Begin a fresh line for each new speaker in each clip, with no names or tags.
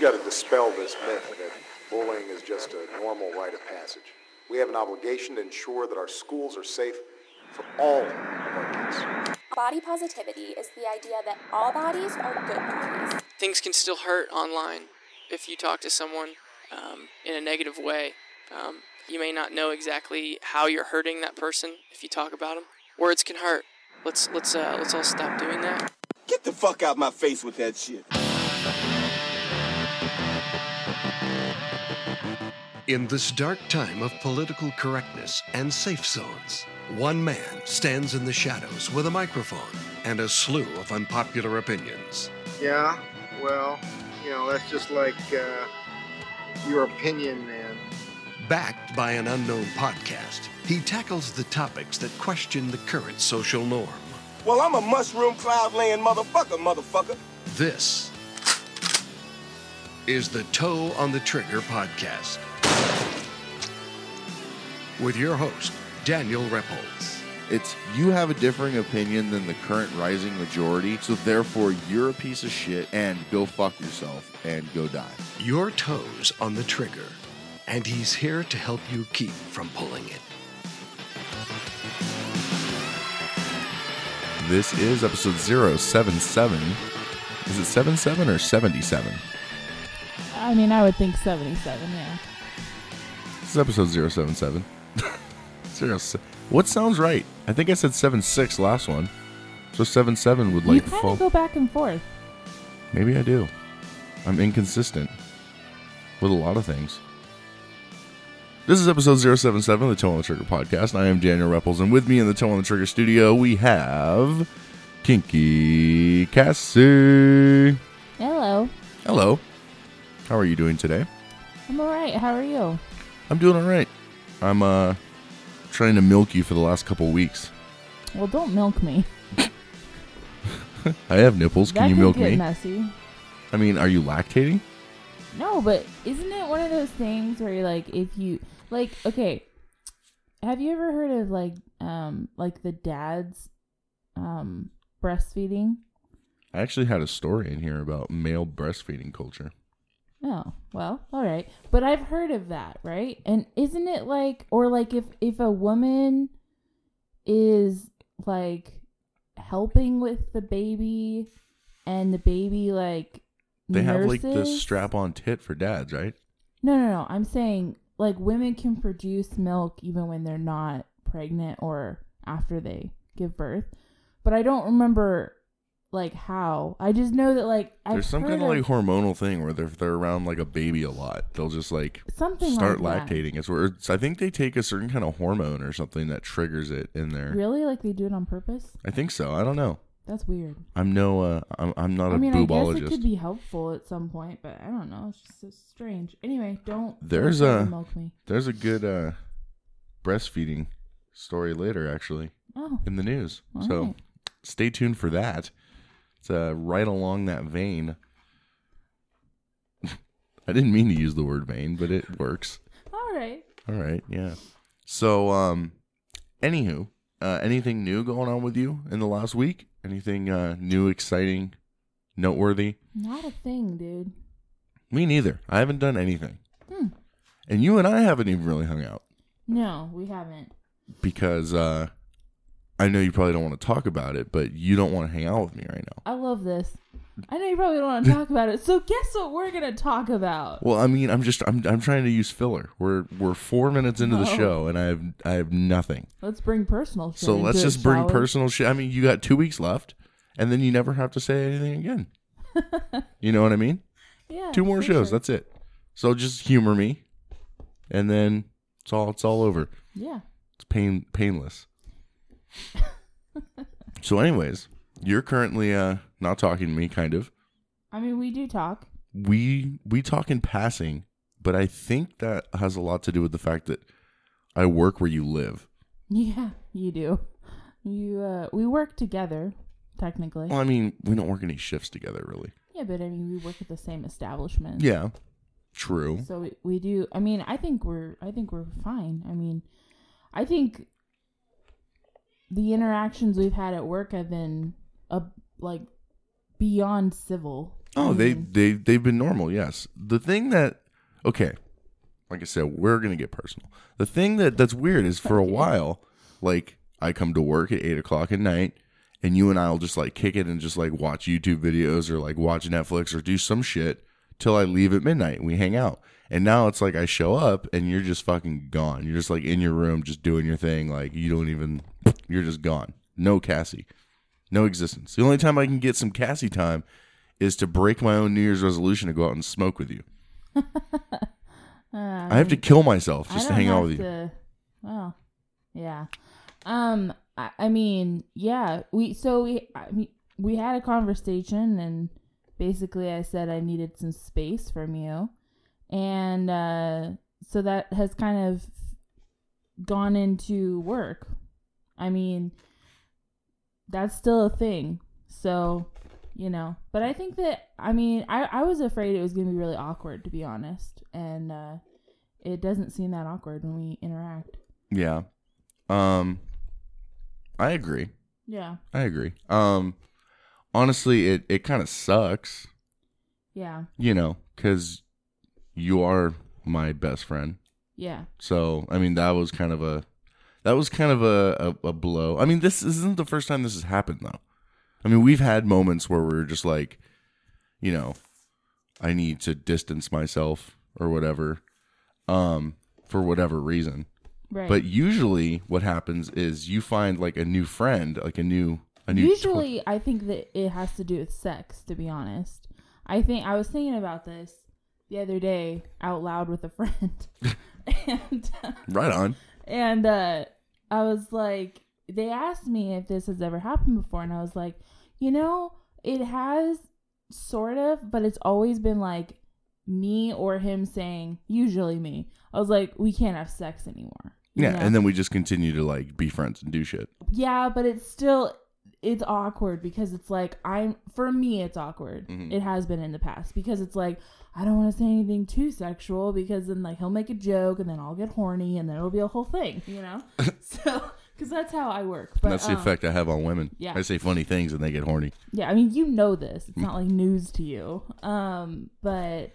got to dispel this myth that bullying is just a normal rite of passage. We have an obligation to ensure that our schools are safe for all of our kids.
Body positivity is the idea that all bodies are good bodies.
things can still hurt online if you talk to someone um, in a negative way. Um, you may not know exactly how you're hurting that person if you talk about them. Words can hurt. Let's let's uh, let's all stop doing that.
Get the fuck out my face with that shit.
In this dark time of political correctness and safe zones, one man stands in the shadows with a microphone and a slew of unpopular opinions.
Yeah, well, you know, that's just like uh, your opinion, man.
Backed by an unknown podcast, he tackles the topics that question the current social norm.
Well, I'm a mushroom cloud laying motherfucker, motherfucker.
This is the Toe on the Trigger podcast with your host, Daniel Repples.
It's you have a differing opinion than the current rising majority, so therefore you're a piece of shit and go fuck yourself and go die.
Your toes on the trigger, and he's here to help you keep from pulling it.
This is episode 077. Is it 77 or 77?
I mean, I would think 77, yeah.
This is episode 077. Zero se- what sounds right? I think I said 76 last one. So 77 would
you
like
kind
fall.
of go back and forth.
Maybe I do. I'm inconsistent with a lot of things. This is episode 077 of the Toe on the Trigger podcast. I am Daniel Repples, and with me in the Toe on the Trigger studio, we have Kinky Cassie.
Hello.
Hello. How are you doing today?
I'm all right. How are you?
I'm doing all right. I'm uh trying to milk you for the last couple weeks.
Well, don't milk me.
I have nipples.
that
Can you milk
get
me?
messy.
I mean, are you lactating?
No, but isn't it one of those things where you're like, if you like, okay, have you ever heard of like, um, like the dads, um, breastfeeding?
I actually had a story in here about male breastfeeding culture.
Oh, well, all right. But I've heard of that, right? And isn't it like or like if if a woman is like helping with the baby and the baby like
They have like the
nurses-
strap on tit for dads, right?
No, no, no. I'm saying like women can produce milk even when they're not pregnant or after they give birth. But I don't remember like how. I just know that like I've
There's some
heard
kind of like
of
hormonal thing where they're, if they're around like a baby a lot, they'll just like
something
start
like that.
lactating. It's where it's, I think they take a certain kind of hormone or something that triggers it in there.
Really? Like they do it on purpose?
I think so. I don't know.
That's weird.
I'm no. Uh, I'm I'm not a
I mean, I guess it
boobologist.
could be helpful at some point, but I don't know. It's just so strange. Anyway, don't.
There's
don't try
a-
to milk me.
There's a good uh, breastfeeding story later, actually,
Oh,
in the news.
All
so
right.
stay tuned for that. It's uh, right along that vein. I didn't mean to use the word vein, but it works.
all right.
All right, yeah. So, um, anywho, uh, anything new going on with you in the last week? Anything uh, new, exciting, noteworthy?
Not a thing, dude.
Me neither. I haven't done anything,
Hmm.
and you and I haven't even really hung out
No, we haven't.
because uh, I know you probably don't want to talk about it, but you don't want to hang out with me right now.
I love this. I know you probably don't want to talk about it, so guess what we're gonna talk about?
Well, I mean, I'm just I'm I'm trying to use filler. We're we're four minutes into the
Oh.
show, and I have I have nothing.
Let's bring personal. Shit
So
into
let's
it,
just bring
shall we?
personal shit. I mean, you got two weeks left, and then you never have to say anything again. you know what I mean?
Yeah,
two more
for
shows.
sure.
That's it. So just humor me, and then it's all it's all over.
yeah.
It's pain painless. so, anyways, you're currently uh not talking to me, kind of.
I mean, we do talk.
We we talk in passing, but I think that has a lot to do with the fact that I work where you live.
Yeah, you do. You uh, we work together, technically.
Well, I mean, we don't work any shifts together, really.
Yeah, but I mean, we work at the same establishment.
Yeah, true.
So we, we do. I mean, I think we're I think we're fine. I mean, I think the interactions we've had at work have been a, like uh, beyond civil.
Oh, they
Mm-hmm.
they they've been normal. Yes. The thing that okay, like I said, we're gonna get personal. The thing that that's weird is for a while, like I come to work at eight o'clock at night, and you and I will just like kick it and just like watch YouTube videos or like watch Netflix or do some shit till I leave at midnight. We hang out, and now it's like I show up and you're just fucking gone. You're just like in your room, just doing your thing. Like you don't even. You're just gone. No Cassie. No existence. The only time I can get some Cassie time is to break my own New Year's resolution to go out and smoke with you. I have to kill myself
I
just to
don't
hang out
have
with you.
to- Well, yeah. Um, I, I mean, yeah. We so we I mean, we had a conversation, and basically, I said I needed some space from you, and uh, so that has kind of gone into work. I mean, that's still a thing. So, you know, but I think that I mean, I I was afraid it was going to be really awkward, to be honest, and. uh it doesn't seem that awkward when we interact.
Yeah. Um I agree.
Yeah.
I agree. Um honestly it it kind of sucks,
Yeah.
you know, cuz you are my best friend.
Yeah.
So, I mean, that was kind of a that was kind of a, a, a blow. I mean, this isn't the first time this has happened though. I mean, we've had moments where we're just like, you know, I need to distance myself or whatever. Um for whatever reason.
Right.
But usually what happens is you find like a new friend, like a new a new
usually I think that it has to do with sex, to be honest. I think I was thinking about this the other day out loud with a friend. and
right on.
and uh I was like they asked me if this has ever happened before and I was like, you know, it has sort of, but it's always been like me or him saying, usually me. I was like, we can't have sex anymore. you
Yeah,
know?
and then we just continue to like be friends and do shit.
Yeah, but it's still it's awkward because it's like I'm for me it's awkward.
Mm-hmm.
It has been in the past because it's like I don't want to say anything too sexual because then like he'll make a joke and then I'll get horny and then it'll be a whole thing, you know. so because that's how I work. But
And that's the
um,
effect I have on women.
yeah.
I say funny things and they get horny.
yeah, I mean you know this.
Mm.
It's not like news to you. Um, but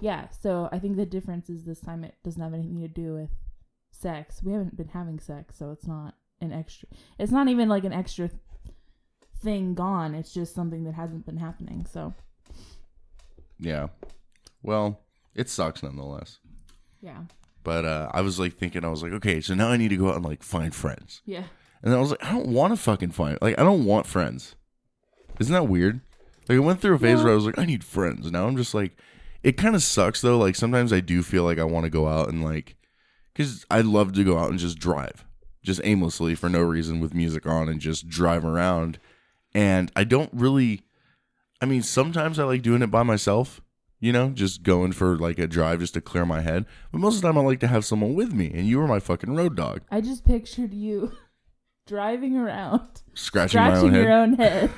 yeah, so I think the difference is this time it doesn't have anything to do with sex. We haven't been having sex, so it's not an extra. It's not even like an extra thing gone. It's just something that hasn't been happening. So
Yeah. Well, it sucks nonetheless.
yeah,
But uh, I was like thinking, I was like, okay, so now I need to go out and like find friends.
yeah,
And I was like, I don't want to fucking find like I don't want friends. Isn't that weird? Like I went through a phase where I was like, I need friends. Now I'm just like, it kind of sucks though. Like sometimes I do feel like I want to go out and like, because I love to go out and just drive, just aimlessly for no reason with music on and just drive around. And I don't really, I mean, sometimes I like doing it by myself. You know, just going for like a drive just to clear my head. But most of the time, I like to have someone with me. And you were my fucking road dog,
I just pictured you driving around,
scratching, my
scratching
own head.
your own head,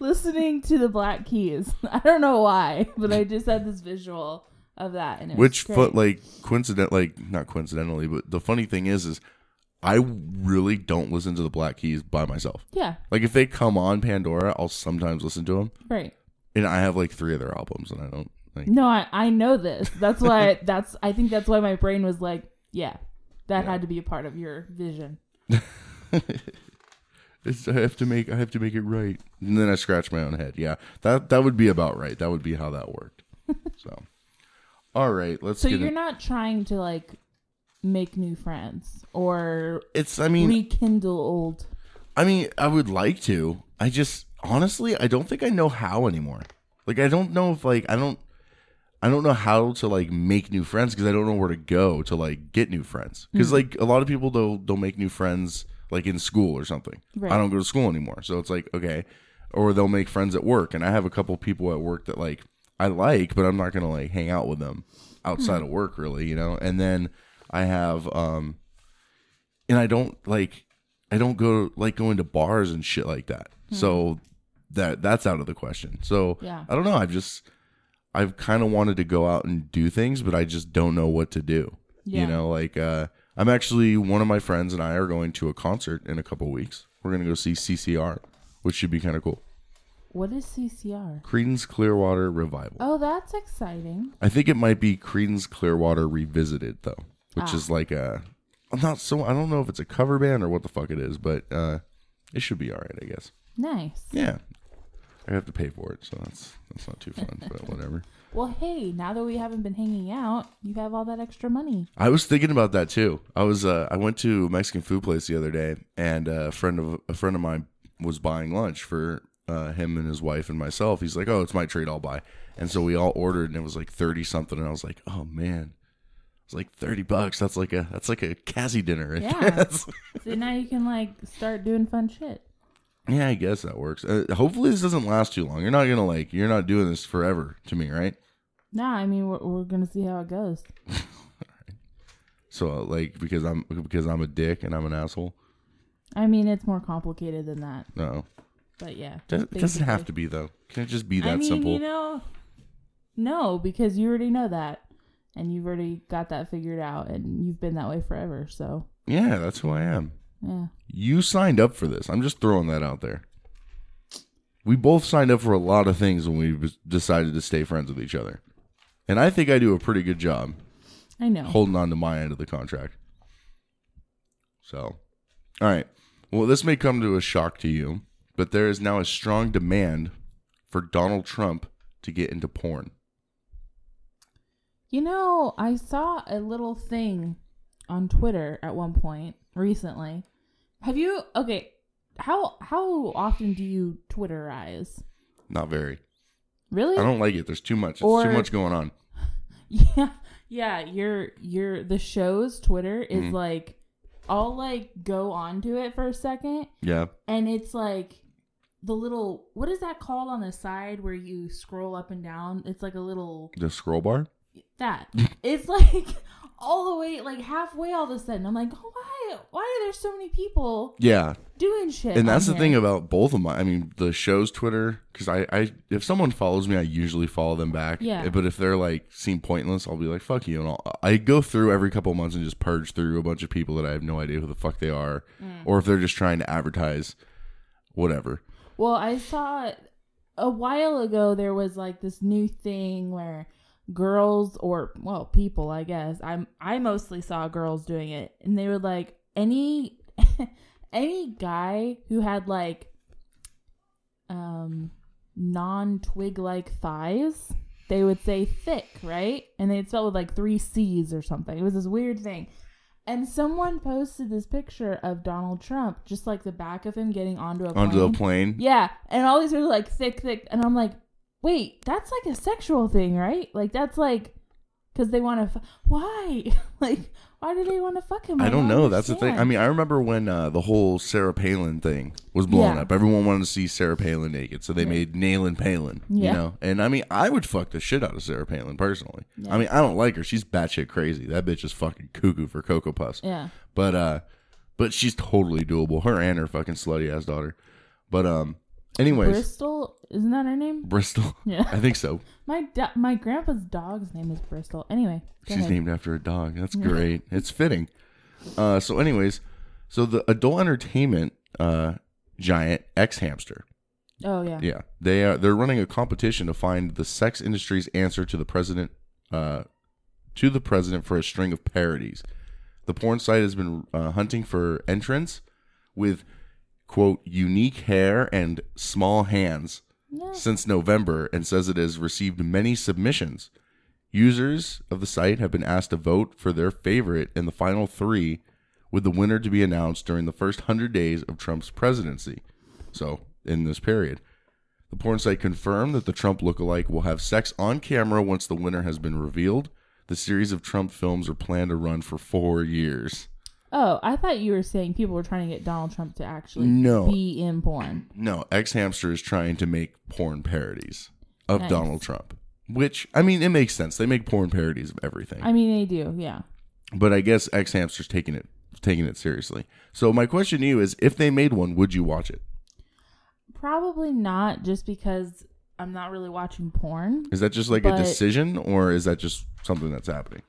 listening to the Black Keys. I don't know why, but I just had this visual of that, and it was
Which
great.
foot like coincident like not coincidentally, but the funny thing is is I really don't listen to the Black Keys by myself.
yeah,
Like if they come on Pandora, I'll sometimes listen to them,
right.
and I have like three of their albums, and I don't like
No, I, I know this. That's why that's I think that's why my brain was like, yeah, that had to be a part of your vision.
it's, I have to make I have to make it right, and then I scratch my own head. Yeah, that that would be about right. That would be how that worked. so, all right, let's
So
get.
you're
in-
not trying to like make new friends or
it's I mean
rekindle old.
I mean, I would like to. I just honestly, I don't think I know how anymore. Like, I don't know if like I don't, I don't know how to like make new friends because I don't know where to go to like get new friends. Because like a lot of people they'll they'll make new friends like in school or something.
Right.
I don't go to school anymore, so it's like okay, or they'll make friends at work. And I have a couple people at work that like I like, but I'm not gonna like hang out with them outside of work really, you know. And then I have um and I don't like I don't go like going to bars and shit like that. So that that's out of the question. So
Hmm. Yeah.
I don't know. I've just I've kind of wanted to go out and do things, but I just don't know what to do.
Yeah.
You know, like uh, I'm actually one of my friends and I are going to a concert in a couple weeks. We're gonna go see CCR, which should be kind of cool.
What is CCR?
Creedence Clearwater Revival.
Oh, that's exciting.
I think it might be Creedence Clearwater Revisited though, which
Ah.
is like a. I'm not so. I don't know if it's a cover band or what the fuck it is, but uh, it should be all right, I guess.
Nice.
Yeah, I have to pay for it, so that's that's not too fun, but whatever.
Well, hey, now that we haven't been hanging out, you have all that extra money.
I was thinking about that too. I was uh, I went to a Mexican food place the other day, and a friend of a friend of mine was buying lunch for uh, him and his wife and myself. He's like, "Oh, it's my treat. I'll buy." And so we all ordered, and it was like thirty something, and I was like, "Oh man." It's like thirty bucks. That's like a that's like a Cassie dinner. Right
Yeah.
there. That's-
So now you can like start doing fun shit.
yeah, I guess that works. Uh, hopefully, this doesn't last too long. You're not gonna like you're not doing this forever to me, right?
Nah, I mean we're, we're gonna see how it goes.
So uh, like because I'm because I'm a dick and I'm an asshole.
I mean it's more complicated than that,
No,
but yeah.
does it doesn't have
basically.
to be though. Can it just be that
I mean,
simple?
you know, no, because you already know that, and you've already got that figured out, and you've been that way forever. So
Yeah, that's who I am.
yeah,
You signed up for this. I'm just throwing that out there. We both signed up for a lot of things when we bes- decided to stay friends with each other. And I think I do a pretty good job
I know.
holding on to my end of the contract. So, all right. Well, this may come to a shock to you, but there is now a strong demand for Donald Trump to get into porn.
You know, I saw a little thing on Twitter at one point recently. Have you okay? How how often do you Twitterize?
Not very.
Really?
I don't like it. There's too much. It's
Or-
too much going on.
Yeah, yeah. Your your the show's Twitter is
Mm-hmm.
like, I'll like go onto it for a second,
Yeah.
and it's like the little what is that called on the side where you scroll up and down? It's like a little
The scroll bar?
that. it's like all the way, like halfway. All of a sudden, I'm like, oh, why? Why are there so many people
Yeah.
doing shit?
and that's
on
the thing
here?"
about both of my i mean the show's twitter because I, I if someone follows me i usually follow them back
Yeah.
but if they're like seem pointless i'll be like fuck you and I'll, i go through every couple of months and just purge through a bunch of people that i have no idea who the fuck they are
Mm.
or if they're just trying to advertise whatever
Well, I saw a while ago there was like this new thing where girls or well, people, I guess. I'm I mostly saw girls doing it and they were like any any guy who had like um non-twig like thighs, they would say thick, right? And they'd spell it with like 3 C's or something. It was this weird thing. And someone posted this picture of Donald Trump, just like the back of him getting onto a
onto a plane
yeah, and all these are like thick, thick, and I'm like, wait, that's like a sexual thing, right? Like that's like because they want to. F- why? like, why do they want to fuck him?
I don't know. That's the thing.
understand.
I mean, I remember when uh, the whole Sarah Palin thing was blowing
Yeah.
up. Everyone wanted to see Sarah Palin naked, so they made Nayland Palin. You
Yeah.
know, and I mean, I would fuck the shit out of Sarah Palin personally. I mean, I don't like her. She's batshit crazy. That bitch is fucking cuckoo for cocoa puffs.
yeah,
But uh, but she's totally doable. Her and her fucking slutty ass daughter. But um, anyways,
Bristol isn't that her name?
Bristol.
Yeah.
I think so.
My da- my grandpa's dog's name is Bristol. Anyway, go
She's
ahead.
named after a dog. That's great. it's fitting. Uh, so, anyways, so the adult entertainment uh, giant X Hamster,
oh yeah.
yeah, they are they're running a competition to find the sex industry's answer to the president, uh, to the president for a string of parodies. The porn site has been uh, hunting for entrants with quote unique hair and small hands
Yeah.
since November and says it has received many submissions. Users of the site have been asked to vote for their favorite in the final three, with the winner to be announced during the first 100 days of Trump's presidency. So, in this period, the porn site confirmed that the Trump lookalike will have sex on camera once the winner has been revealed. The series of Trump films are planned to run for four years.
Oh, I thought you were saying people were trying to get Donald Trump to actually
No.
be in porn.
No, X Hamster is trying to make porn parodies of
Nice.
Donald Trump, which I mean, it makes sense. They make porn parodies of everything,
I mean, they do. Yeah.
but I guess X Hamster's taking it taking it seriously. So my question to you is, if they made one, would you watch it?
Probably not, just because I'm not really watching porn.
Is that just like a
But-
decision, or is that just something that's happening?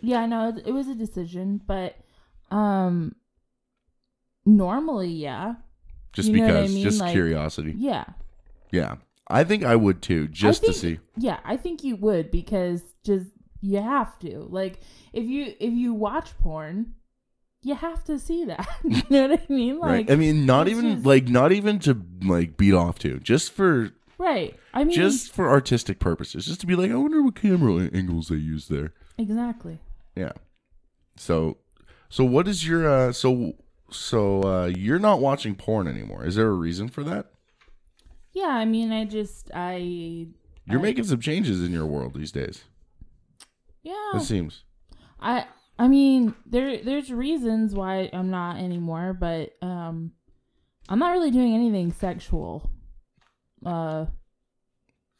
Yeah, I know it, it was a decision, but um normally, yeah.
Just
You know what I
because,
mean?
just
Like-
curiosity.
Yeah.
Yeah. I think I would too, just
I
to see.
think- Yeah, I think you would because just you have to. Like if you if you watch porn, you have to see that. you know what I mean? Like
right. I mean, not
it's
even
just-
like not even to like beat off to, just for
right. I mean
just for artistic purposes, just to be like, I wonder what camera angles they use there.
exactly.
Yeah. So, so what is your uh so so uh you're not watching porn anymore? Is there a reason for that?
Yeah, I mean I just I
You're
I-
making some changes in your world these days.
yeah.
It seems.
I I mean there there's reasons why I'm not anymore, but um I'm not really doing anything sexual. Uh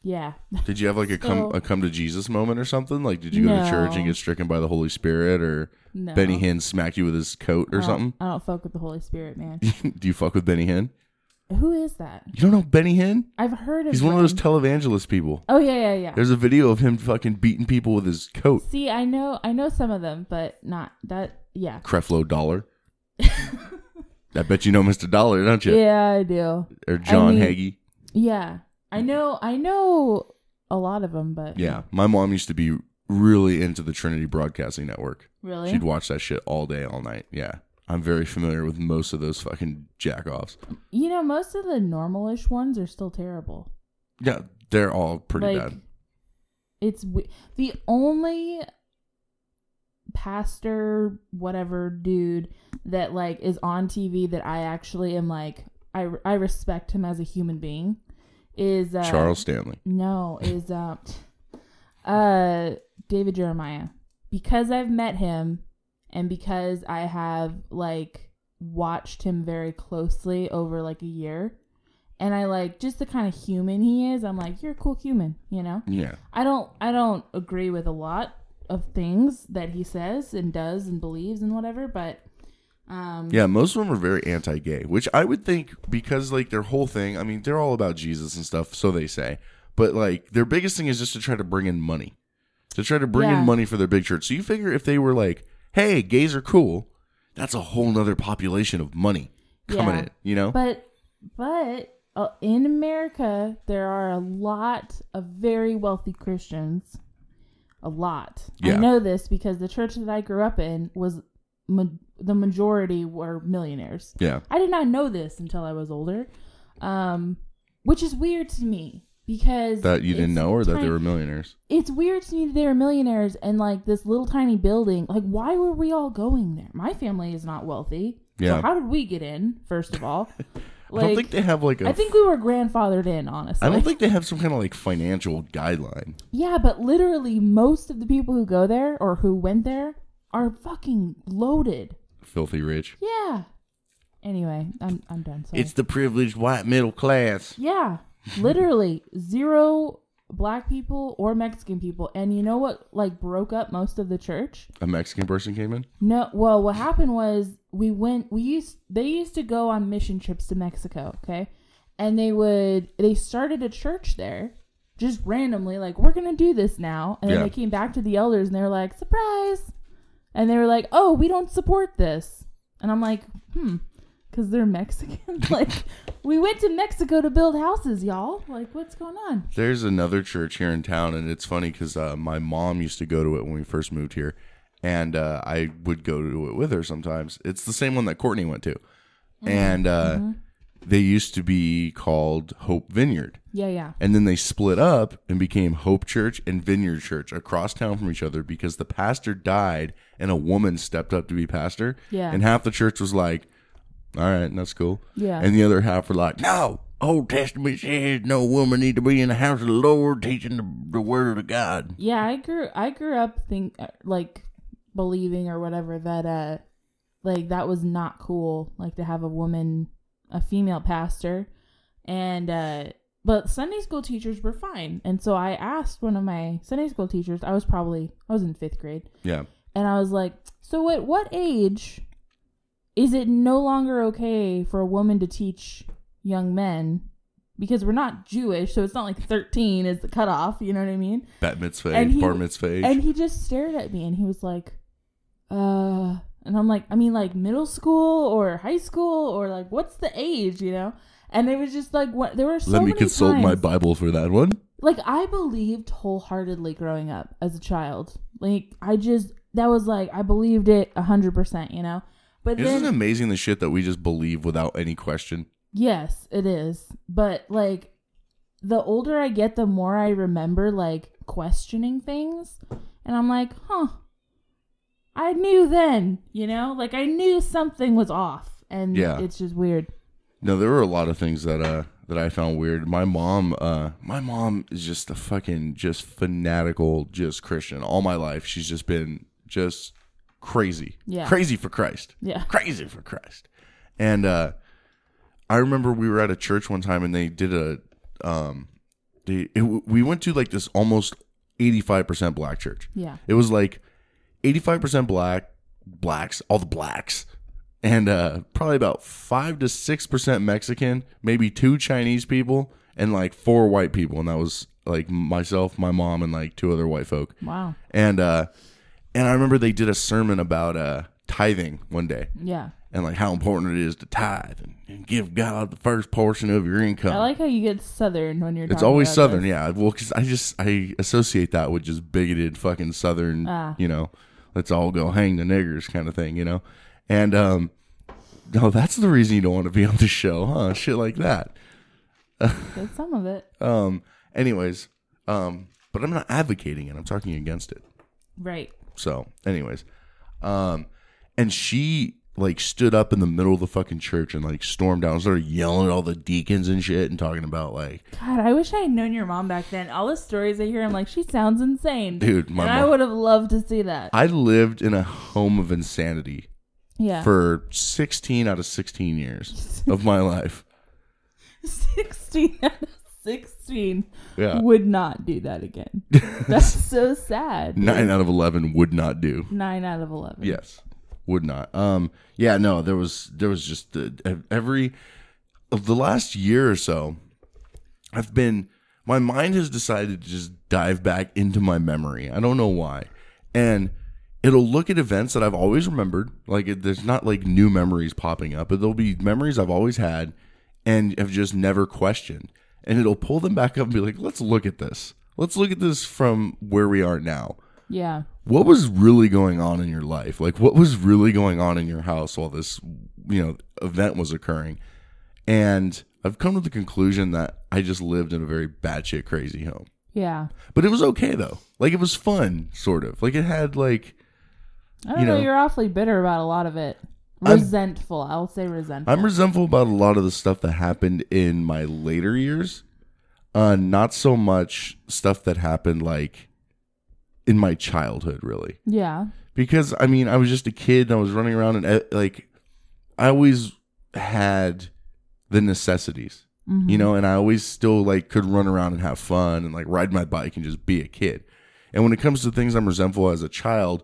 yeah.
Did you have like a come
So-
a come to Jesus moment or something? Like, did you go to church and
No.
get stricken by the Holy Spirit, or
No.
Benny Hinn smacked you with his coat or
I don't-
something?
I don't fuck with the Holy Spirit, man.
Do you fuck with Benny Hinn?
Who is that?
You don't know Benny Hinn?
I've heard of
He's one of those
him.
televangelist people.
Oh yeah, yeah, yeah.
There's a video of him fucking beating people with his coat.
See, I know, I know some of them, but not that. Yeah,
Creflo Dollar. I bet you know Mr. Dollar, don't you?
yeah, I do.
Or John
mean-
Hagee.
Yeah, I know, I know a lot of them, but
Yeah. My mom used to be really into the Trinity Broadcasting Network.
really,
She'd watch that shit all day, all night. Yeah. I'm very familiar with most of those fucking jack offs.
you know, most of the normalish ones are still terrible.
Yeah, they're all pretty bad.
It's we- the only pastor, whatever dude that like is on TV that I actually am like I I respect him as a human being is uh,
Charles Stanley.
No, is uh, uh David Jeremiah. Because I've met him and because I have like watched him very closely over like a year and I like just the kind of human he is, I'm like, you're a cool human, you know?
Yeah.
I don't I don't agree with a lot of things that he says and does and believes and whatever, but um
Yeah, most of them are very anti-gay, which I would think because like their whole thing, I mean, they're all about Jesus and stuff, so they say. But like their biggest thing is just to try to bring in money. To try to bring
Yeah.
in money for their big church. So you figure if they were like, "Hey, gays are cool." That's a whole nother population of money coming
Yeah.
in, you know?
But but uh, in America, there are a lot of very wealthy Christians. A lot.
Yeah.
I know this because the church that I grew up in was ma- the majority were millionaires.
yeah.
I did not know this until I was older, um, which is weird to me because
That you didn't
it's
know or that they
tiny-
were millionaires.
It's weird to me that they were millionaires and like this little tiny building. Like, why were we all going there? My family is not wealthy.
Yeah.
So how did we get in? First of all,
I don't think they have like a
I think we were grandfathered in, honestly.
I don't think they have some kind of like financial guideline.
Yeah, but literally, most of the people who go there or who went there are fucking loaded.
Filthy rich.
Yeah. Anyway, I'm I'm done. Sorry.
It's the privileged white middle class.
yeah, literally zero black people or Mexican people, and you know what? Like broke up most of the church.
A Mexican person came in?
No, well, what happened was we went. We used they used to go on mission trips to Mexico, okay, and they would they started a church there, just randomly, like we're gonna do this now, and then
Yeah.
they came back to the elders and they were like surprise, and they were like, oh, we don't support this, and I'm like, hmm, because they're Mexican. like we went to Mexico to build houses, y'all. Like what's going on?
There's another church here in town, and it's funny because uh, my mom used to go to it when we first moved here, and uh, I would go to it with her sometimes. It's the same one that Courtney went to, and uh, they used to be called Hope Vineyard,
Yeah, yeah,
and then they split up and became Hope Church and Vineyard Church across town from each other because the pastor died and a woman stepped up to be pastor,
Yeah.
and half the church was like, "All right, that's cool,"
Yeah.
and the other half were like, "No." Old Testament says no woman need to be in the house of the Lord teaching the, the word of God.
yeah. I grew I grew up think uh, like believing or whatever that uh like that was not cool like to have a woman a female pastor and uh but sunday school teachers were fine and so i asked one of my sunday school teachers i was probably i was in fifth grade
Yeah.
and i was like so at what age is it no longer okay for a woman to teach young men because we're not jewish so it's not like 13 is the cutoff you know what i mean
Bat mitzvah,
And
age,
he-
bar mitzvah. age.
and he just stared at me and he was like, uh, and I'm like, I mean, like middle school or high school or like, what's the age, you know? And it was just like what there were so
Let me
many
consult my
times-
Bible for that one.
like I believed wholeheartedly growing up as a child. Like I just that was like I believed it hundred percent, you know. But
Isn't it
then
amazing the shit that we just believe without any question?
yes, it is. But like the older I get, the more I remember like questioning things, and I'm like, huh. I knew then, you know, like I knew something was off, and
Yeah.
it's just weird.
No, there were a lot of things that uh that I found weird. My mom, uh my mom is just a fucking just fanatical just Christian. All my life she's just been just crazy.
Yeah.
Crazy for Christ.
Yeah.
Crazy for Christ. And uh I remember we were at a church one time and they did a um they it, we went to like this almost 85% black church.
Yeah,
It was like 85% black, blacks, all the blacks, and uh, probably about 5 to 6% Mexican, maybe two Chinese people, and like four white people. And that was like myself, my mom, and like two other white folk.
wow.
And, uh, and I remember they did a sermon about uh, tithing one day
Yeah,
and like how important it is to tithe and, and give God the first portion of your income.
I like how you get southern when you're.
It's
talking
always
about
Southern,
this.
yeah. Well, because I just I associate that with just bigoted fucking Southern,
Ah.
you know, let's all go hang the niggers kind of thing, you know. And um, no, that's the reason you don't want to be on the show, huh? Shit like that.
That's some of it,
Um, anyways, um, but I'm not advocating it. I'm talking against it.
right?
So, anyways, um, and she like stood up in the middle of the fucking church and like stormed down, started yelling at all the deacons and shit, and talking about like
God, I wish I had known your mom back then. All the stories I hear, I'm like, she sounds insane,
Dude, my
and I
mom-
would have loved to see that.
I lived in a home of insanity.
yeah,
for 16 out of 16 years of my life.
sixteen out of sixteen
Yeah.
would not do that again. That's so sad.
Nine out of 11 would not do.
Nine out of eleven.
Yes. Would not. Um yeah, no, there was there was just uh, ev- every of the last year or so I've been my mind has decided to just dive back into my memory. I don't know why. And it'll look at events that I've always remembered. Like it, there's not like new memories popping up, but there'll be memories I've always had and have just never questioned. And it'll pull them back up and be like, "Let's look at this. Let's look at this from where we are now."
Yeah.
what was really going on in your life? Like, what was really going on in your house while this, you know, event was occurring? And I've come to the conclusion that I just lived in a very batshit crazy home.
Yeah.
But it was okay though. Like, it was fun, sort of. Like, it had like
I don't
You
know,
know-
You're awfully bitter about a lot of it.
I'm-
Resentful. I'll say resentful.
I'm resentful about a lot of the stuff that happened in my later years. Uh, not so much stuff that happened like in my childhood, really.
yeah.
because I mean I was just a kid and I was running around and eh, like I always had the necessities, you know, and I always still like could run around and have fun and like ride my bike and just be a kid. And when it comes to things I'm resentful as a child,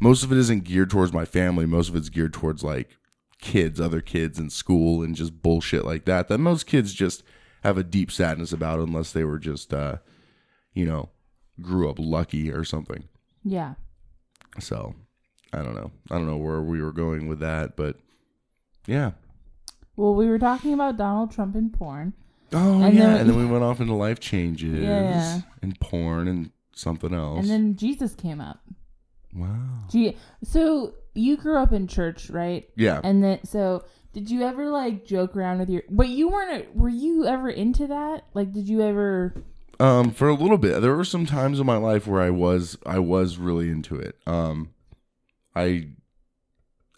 most of it isn't geared towards my family. Most of it's geared towards like kids, other kids in school and just bullshit like that that most kids just have a deep sadness about unless they were just uh you know, grew up lucky or something.
Yeah.
So I don't know. I don't know where we were going with that, but yeah.
Well, we were talking about Donald Trump and porn.
Oh
And
yeah,
then-
and then we went off into life changes
Yeah.
and porn and something else.
And then Jesus came up.
wow.
Gee, so you grew up in church, right?
Yeah.
And then, so did you ever like joke around with your? But you weren't. Were you ever into that? Like, did you ever?
Um, for a little bit, there were some times in my life where I was I was really into it. Um, I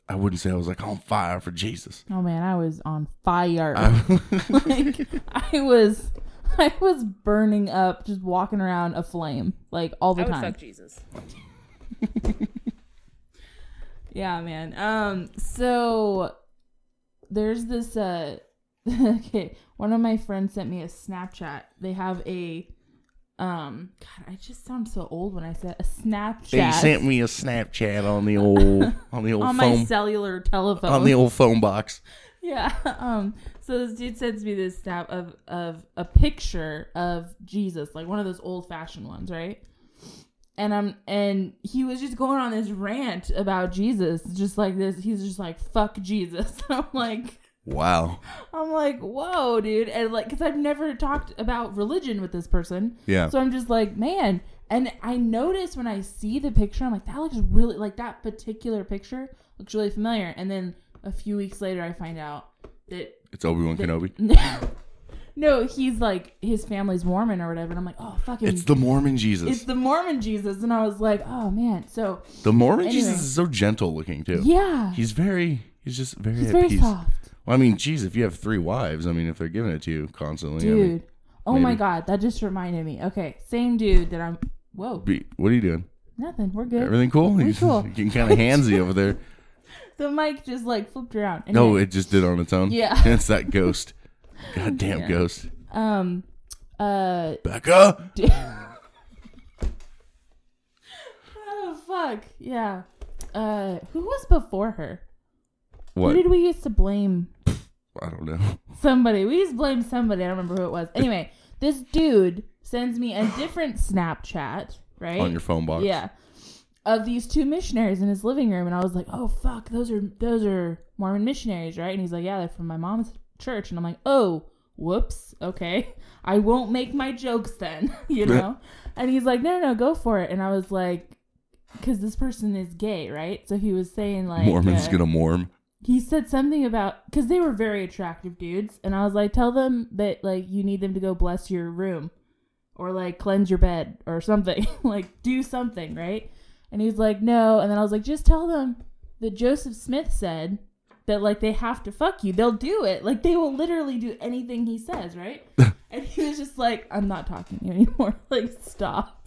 I wouldn't say I was like on fire for Jesus.
Oh man, I was on fire.
I,
like, I was, I was burning up, just walking around aflame, like all the
I would
time.
fuck Jesus.
Yeah, man. Um, so there's this uh okay, one of my friends sent me a Snapchat. They have a um God, I just sound so old when I said a Snapchat
they sent me a Snapchat on the old on the old
on my
phone
cellular telephone.
on the old phone box.
yeah. Um so this dude sends me this snap of of a picture of Jesus, like one of those old fashioned ones, right? and I'm and he was just going on this rant about Jesus, just like this. He's just like fuck Jesus. And I'm like,
Wow.
I'm like, whoa, dude. And like, because I've never talked about religion with this person.
Yeah.
So I'm just like, man. And I notice when I see the picture, I'm like, that looks really, like, that particular picture looks really familiar. And then a few weeks later, I find out that,
It's Obi Wan Kenobi.
no, he's like, his family's Mormon or whatever. And I'm like, oh, fucking.
It's the Mormon
it's
Jesus.
the Mormon Jesus. And I was like, oh, man. So,
The Mormon
Anyway.
Jesus is so gentle looking too.
yeah.
He's very. He's just very
He's
at
very
peace.
soft.
Well, I mean, geez, if you have three wives, I mean, if they're giving it to you constantly, I mean,
Dude. Oh my
maybe.
god, that just reminded me. Okay, same dude that I'm. Whoa,
be- what are you doing?
nothing. We're good.
Everything cool?
We're
He's
cool.
getting kind of handsy over there.
The mic just like flipped around.
No,
Anyway,
it just did on its own.
Yeah.
it's that ghost. Goddamn ghost.
um, uh,
Becca.
oh fuck, yeah. Uh, who was before her?
What?
Who did we used to blame?
I don't know.
Somebody. We just blamed somebody. I don't remember who it was. Anyway, this dude sends me a different Snapchat. Right
On your phone box.
Yeah. Of these two missionaries in his living room, and I was like, "Oh fuck, those are those are Mormon missionaries, right?" And he's like, "Yeah, they're from my mom's church." And I'm like, "Oh, whoops, okay, I won't make my jokes then, you know." and he's like, "No, no, no, go for it." And I was like, "Cause this person is gay, right?" So he was saying like,
Mormon's
uh,
gonna morm.
he said something about because they were very attractive dudes and i was like tell them that like you need them to go bless your room or like cleanse your bed or something like do something right and he was like no and then i was like just tell them that joseph smith said that like they have to fuck you they'll do it like they will literally do anything he says right and he was just like i'm not talking to you anymore like stop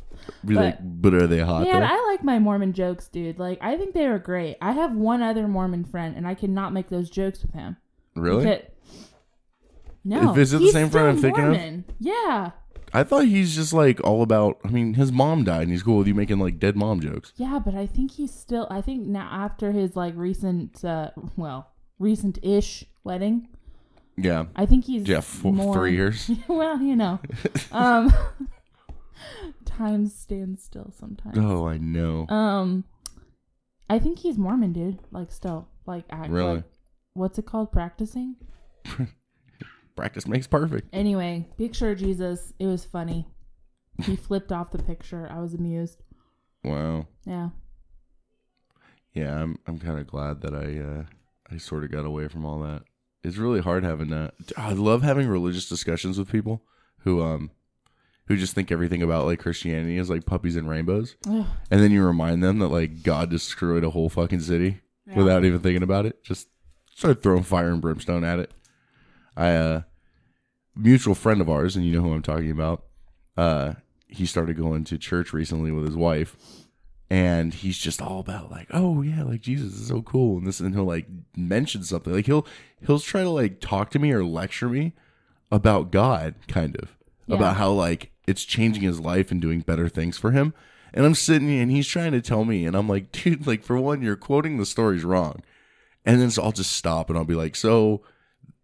Be
But-
like, but are they hot?
Man,
though?
I like my Mormon jokes, dude. Like, I think they are great. I have one other Mormon friend, and I cannot make those jokes with him.
really?
Because- No.
If- is it the
he's
same friend
still
I'm thinking of?
Mormon. Yeah.
I thought he's just like all about. I mean, his mom died, and he's cool with you making like dead mom jokes.
Yeah, but I think he's still. I think now after his like recent, uh well, recent-ish wedding,
Yeah.
I think he's
Yeah. Four,
more-
Three years.
well, you know, um, time stands still sometimes.
Oh, I know.
Um, I think he's Mormon, dude. Like, still, like, act,
Really?
like, what's it called? Practicing.
Practice makes perfect.
Anyway, picture of Jesus. It was funny. He flipped off the picture. I was amused.
Wow.
Yeah.
Yeah, I'm. I'm kind of glad that I. uh I sort of got away from all that. It's really hard having that. I love having religious discussions with people who um, who just think everything about like Christianity is like puppies and rainbows,
Ugh.
and then you remind them that like God destroyed a whole fucking city without even thinking about it. Just start throwing fire and brimstone at it. I uh mutual friend of ours, and you know who I'm talking about. Uh, he started going to church recently with his wife, and he's just all about like, oh yeah, like Jesus is so cool, and this, and he'll like mention something, like he'll he'll try to like talk to me or lecture me about God, kind of
Yeah.
about how like it's changing his life and doing better things for him. And I'm sitting here, and he's trying to tell me, and I'm like, dude, like for one, you're quoting the stories wrong. And then so I'll just stop and I'll be like, so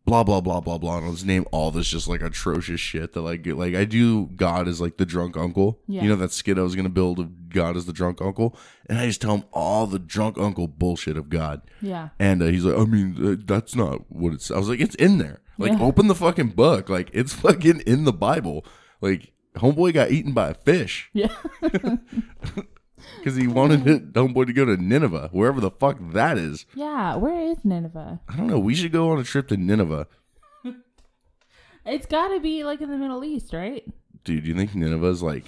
blah blah blah blah blah, and I'll just name all this just like atrocious shit that like like I do. God is like the drunk uncle.
Yeah.
You know that skit I was gonna build of God is the drunk uncle, and I just tell him all the drunk uncle bullshit of God.
Yeah.
And uh, he's like, I mean, uh, that's not what it's. I was like, it's in there. Like,
Yeah.
open the fucking book. Like, it's fucking in the Bible. Like, homeboy got eaten by a fish
Yeah.
because he wanted it, homeboy to go to Nineveh, wherever the fuck that is.
yeah. Where is Nineveh?
I don't know. We should go on a trip to Nineveh,
It's got to be like in the Middle East, right?
dude. Do you think Nineveh's like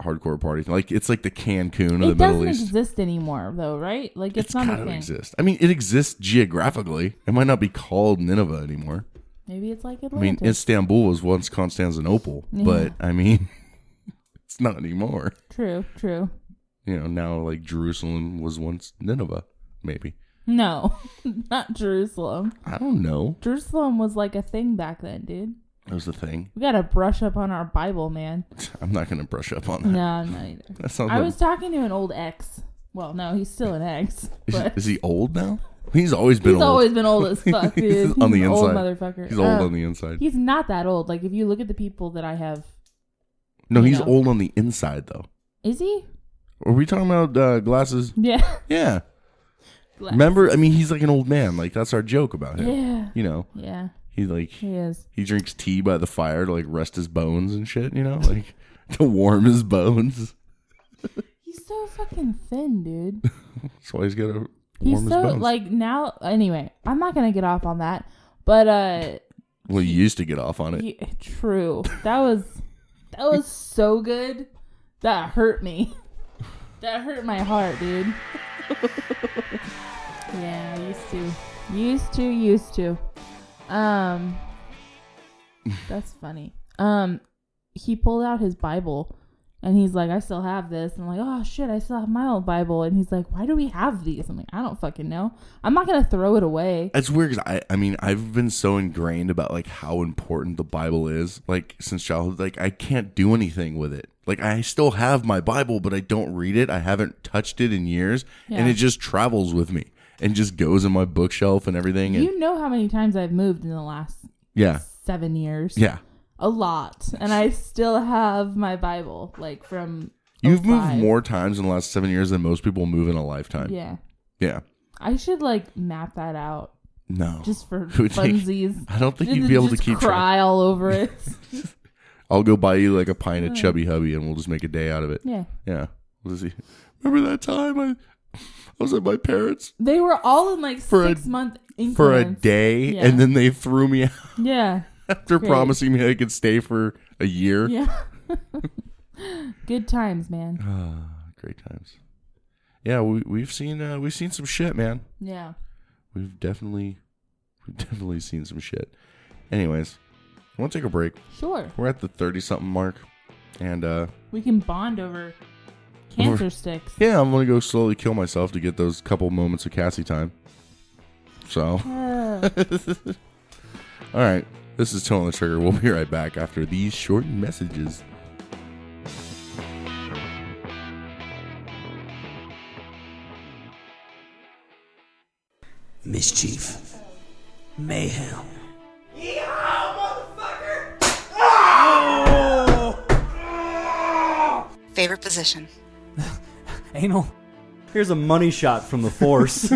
hardcore party? Like, it's like the Cancun of the
it doesn't
Middle East.
exist anymore, though, right? Like it's,
it's
not
kind
a
of
thing.
exist. I mean, it exists geographically. It might not be called Nineveh anymore.
Maybe it's like
I mean,
Atlantis.
Istanbul was once Constantinople, but I mean, it's not anymore.
true. True.
You know, now like Jerusalem was once Nineveh, maybe.
No, not Jerusalem.
I don't know.
Jerusalem was like a thing back then, dude.
That was the thing.
We gotta brush up on our Bible, man.
I'm not going to brush up on that.
No, I'm not either.
That sounds
I
like-
was talking to an old ex. Well, no, he's still an ex,
is,
but
is he old now? He's always been
he's
old.
always been old as fuck, dude.
He's
he's
on the
an
inside.
old motherfucker.
He's old
Um,
on the inside.
He's not that old. Like if you look at the people that I have,
no,
you
he's
know.
old on the inside, though.
is he?
Are we talking about uh, glasses?
Yeah,
Yeah.
Glasses.
Remember, I mean, he's like an old man. Like that's our joke about him.
Yeah.
You know,
Yeah.
he like
He is.
he drinks tea by the fire to like rest his bones and shit. You know, like to warm his bones.
He's so fucking thin, dude.
That's why he's got to
He's
warm his
so
bones.
like now. Anyway, I'm not gonna get off on that, but uh,
well, he used to get off on it.
you, true. That was that was so good. That hurt me. That hurt my heart, dude. yeah, used to, used to, used to. Um, that's funny. Um, he pulled out his Bible. And he's like, I still have this. And I'm like, oh shit, I still have my old Bible. And he's like, why do we have these? I'm like, I don't fucking know. I'm not gonna throw it away.
It's weird because I, I mean, I've been so ingrained about like how important the Bible is, like since childhood. Like I can't do anything with it. Like I still have my Bible, but I don't read it. I haven't touched it in years,
Yeah.
and it just travels with me and just goes in my bookshelf and everything. And
You know how many times I've moved in the last
yeah,
seven years?
yeah.
A lot. And I still have my Bible, like from.
You've moved
05.
more times in the last seven years than most people move in a lifetime.
Yeah.
Yeah.
I should, like, map that out
No.
just for
It Oh, would take-
funsies.
I don't think
Just-
you'd be able to
just
keep
cry
track.
all over it.
I'll go buy you like a pint of Chubby Hubby, and we'll just make a day out of it.
yeah.
Yeah. We'll just see. Remember that time I, I was at my parents
They were all in, like,
For a-
six month increments.
for a day,
Yeah.
and then they threw me out
Yeah.
after
Great.
promising me I could stay for a year.
Yeah. Good times, man.
Ah, Great times. Yeah, we we've seen uh, we've seen some shit, man.
Yeah.
We've definitely we've definitely seen some shit. Anyways, want to take a break?
Sure.
We're at the thirty something mark, and uh,
We can bond over cancer sticks.
yeah, I'm gonna go slowly kill myself to get those couple moments of Cassie time. So,
Uh,
all right, this is Tone the Trigger. We'll be right back after these short messages.
Mischief. Mayhem.
Favorite position.
Anal. Here's a money shot from the Force.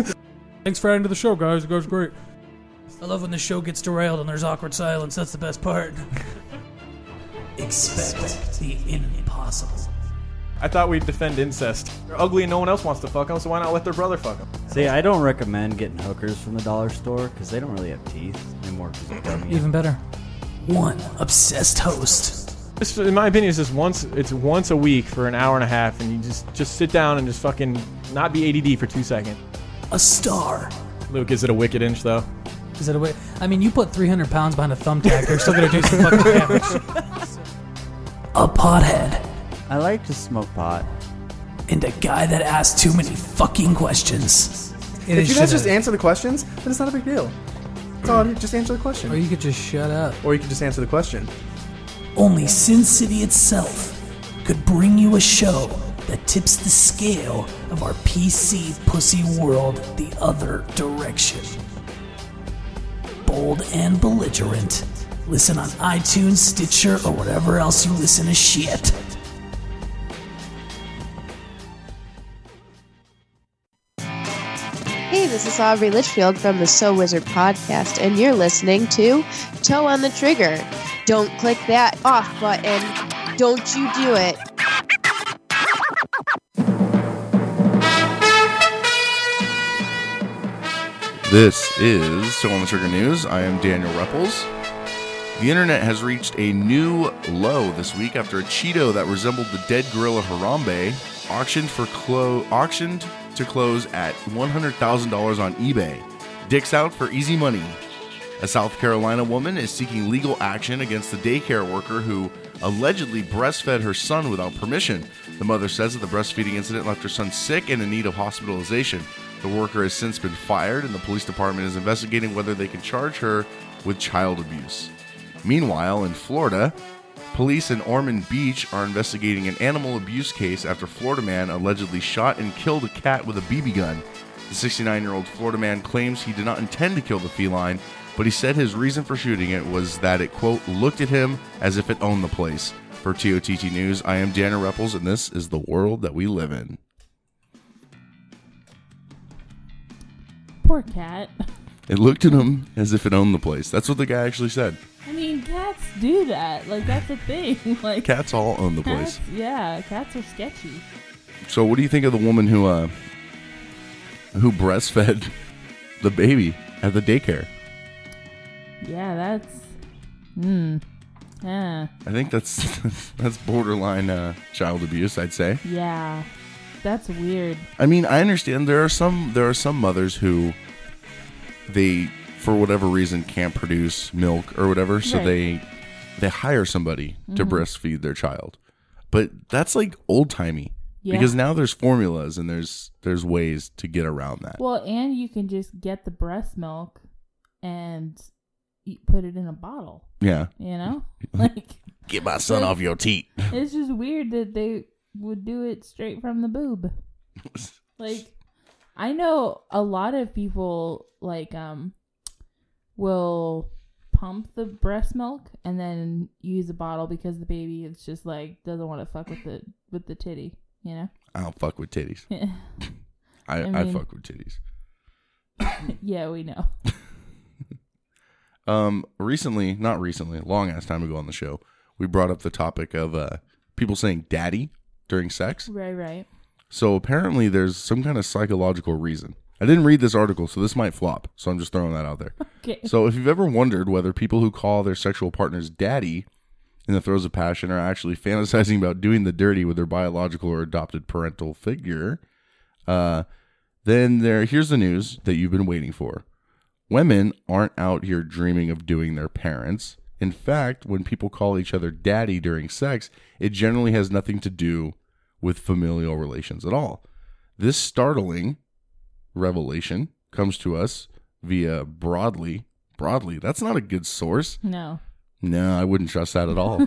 Thanks for adding to the show, guys. It goes great.
I love when the show gets derailed and there's awkward silence. That's the best part. Expect the impossible.
I thought we'd defend incest. They're ugly and no one else wants to fuck them, so why not let their brother fuck them?
See, I don't recommend getting hookers from the dollar store because they don't really have teeth. They more because of dummy. Even better. One obsessed host.
This, in my opinion, is just once. It's once a week for an hour and a half, and you just just sit down and just fucking not be ADD for two seconds.
A star.
Luke, is it a wicked inch though?
Is it a way? I mean, you put 300 pounds behind a thumbtack, you're still gonna do some fucking damage. A pothead. I like to smoke pot. And a guy that asks too many fucking questions.
If you guys just answer the questions, then it's not a big deal. It's all just answer the question,
you could just shut up.
or you can just answer the question.
Only Sin City itself could bring you a show that tips the scale of our PC pussy world the other direction. Bold and belligerent. Listen on iTunes, Stitcher, or whatever else you listen to shit.
Hey, this is Aubrey Litchfield from the So Wizard podcast, and you're listening to Toe on the Trigger. Don't click that off button. Don't you do it.
This is Toe on the Trigger News. I am Daniel Repples. The internet has reached a new low this week after a Cheeto that resembled the dead gorilla Harambe auctioned for clo- auctioned to close at $100,000 on eBay. Dicks out for easy money. A South Carolina woman is seeking legal action against the daycare worker who allegedly breastfed her son without permission. The mother says that the breastfeeding incident left her son sick and in need of hospitalization. The worker has since been fired, and the police department is investigating whether they can charge her with child abuse. Meanwhile, in Florida, police in Ormond Beach are investigating an animal abuse case after Florida man allegedly shot and killed a cat with a BB gun. The 69 year old Florida man claims he did not intend to kill the feline, but he said his reason for shooting it was that it, quote, looked at him as if it owned the place. For TOTT News, I am Dana Repples, and this is the world that we live in.
Poor cat.
It looked at him as if it owned the place. That's what the guy actually said.
I mean, cats do that. Like that's a thing. Like
Cats all own the place.
cats- Yeah, cats are sketchy.
So, what do you think of the woman who uh, who breastfed the baby at the daycare?
Yeah, that's. Hmm. Yeah.
I think that's that's borderline uh, child abuse. I'd say.
Yeah. That's weird.
I mean, I understand there are some there are some mothers who they for whatever reason can't produce milk or whatever, so
Right.
they they hire somebody to
Mhm.
breastfeed their child. But that's like old timey.
Yeah.
Because now there's formulas and there's there's ways to get around that.
Well, and you can just get the breast milk and eat, put it in a bottle.
Yeah.
You know? Like
Get my son
like,
off your teat.
It's just weird that they would do it straight from the boob. like I know a lot of people like um will pump the breast milk and then use a bottle because the baby is just like doesn't want to fuck with the with the titty, you know?
I don't fuck with titties. I, I,
I mean-
fuck with titties.
yeah, we know.
Um, recently, not recently, long ass time ago on the show, we brought up the topic of uh, people saying "daddy" during sex.
Right, right.
So apparently, there's some kind of psychological reason. I didn't read this article, so this might flop. So I'm just throwing that out there.
Okay.
So if you've ever wondered whether people who call their sexual partners "daddy" in the throes of passion are actually fantasizing about doing the dirty with their biological or adopted parental figure, uh, then there here's the news that you've been waiting for. Women aren't out here dreaming of doing their parents. In fact, when people call each other daddy during sex, it generally has nothing to do with familial relations at all. This startling revelation comes to us via Broadly. Broadly, that's not a good source.
No.
No, I wouldn't trust that at all.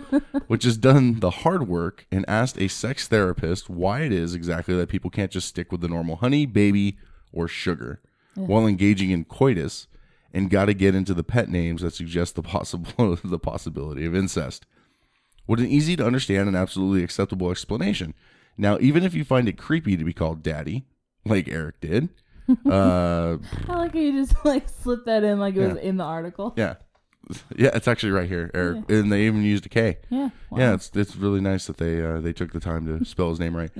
Which has done the hard work and asked a sex therapist why it is exactly that people can't just stick with the normal honey, baby, or sugar
Yeah.
while engaging in coitus, and got to get into the pet names that suggest the possible the possibility of incest. What an easy to understand and absolutely acceptable explanation. Now, even if you find it creepy to be called daddy, like Eric did, uh,
I like how you just like slip that in like it was
Yeah.
in the article.
yeah, yeah, it's actually right here, Eric, and they even used a K.
Yeah, wow.
yeah, it's it's really nice that they uh, they took the time to spell his name right.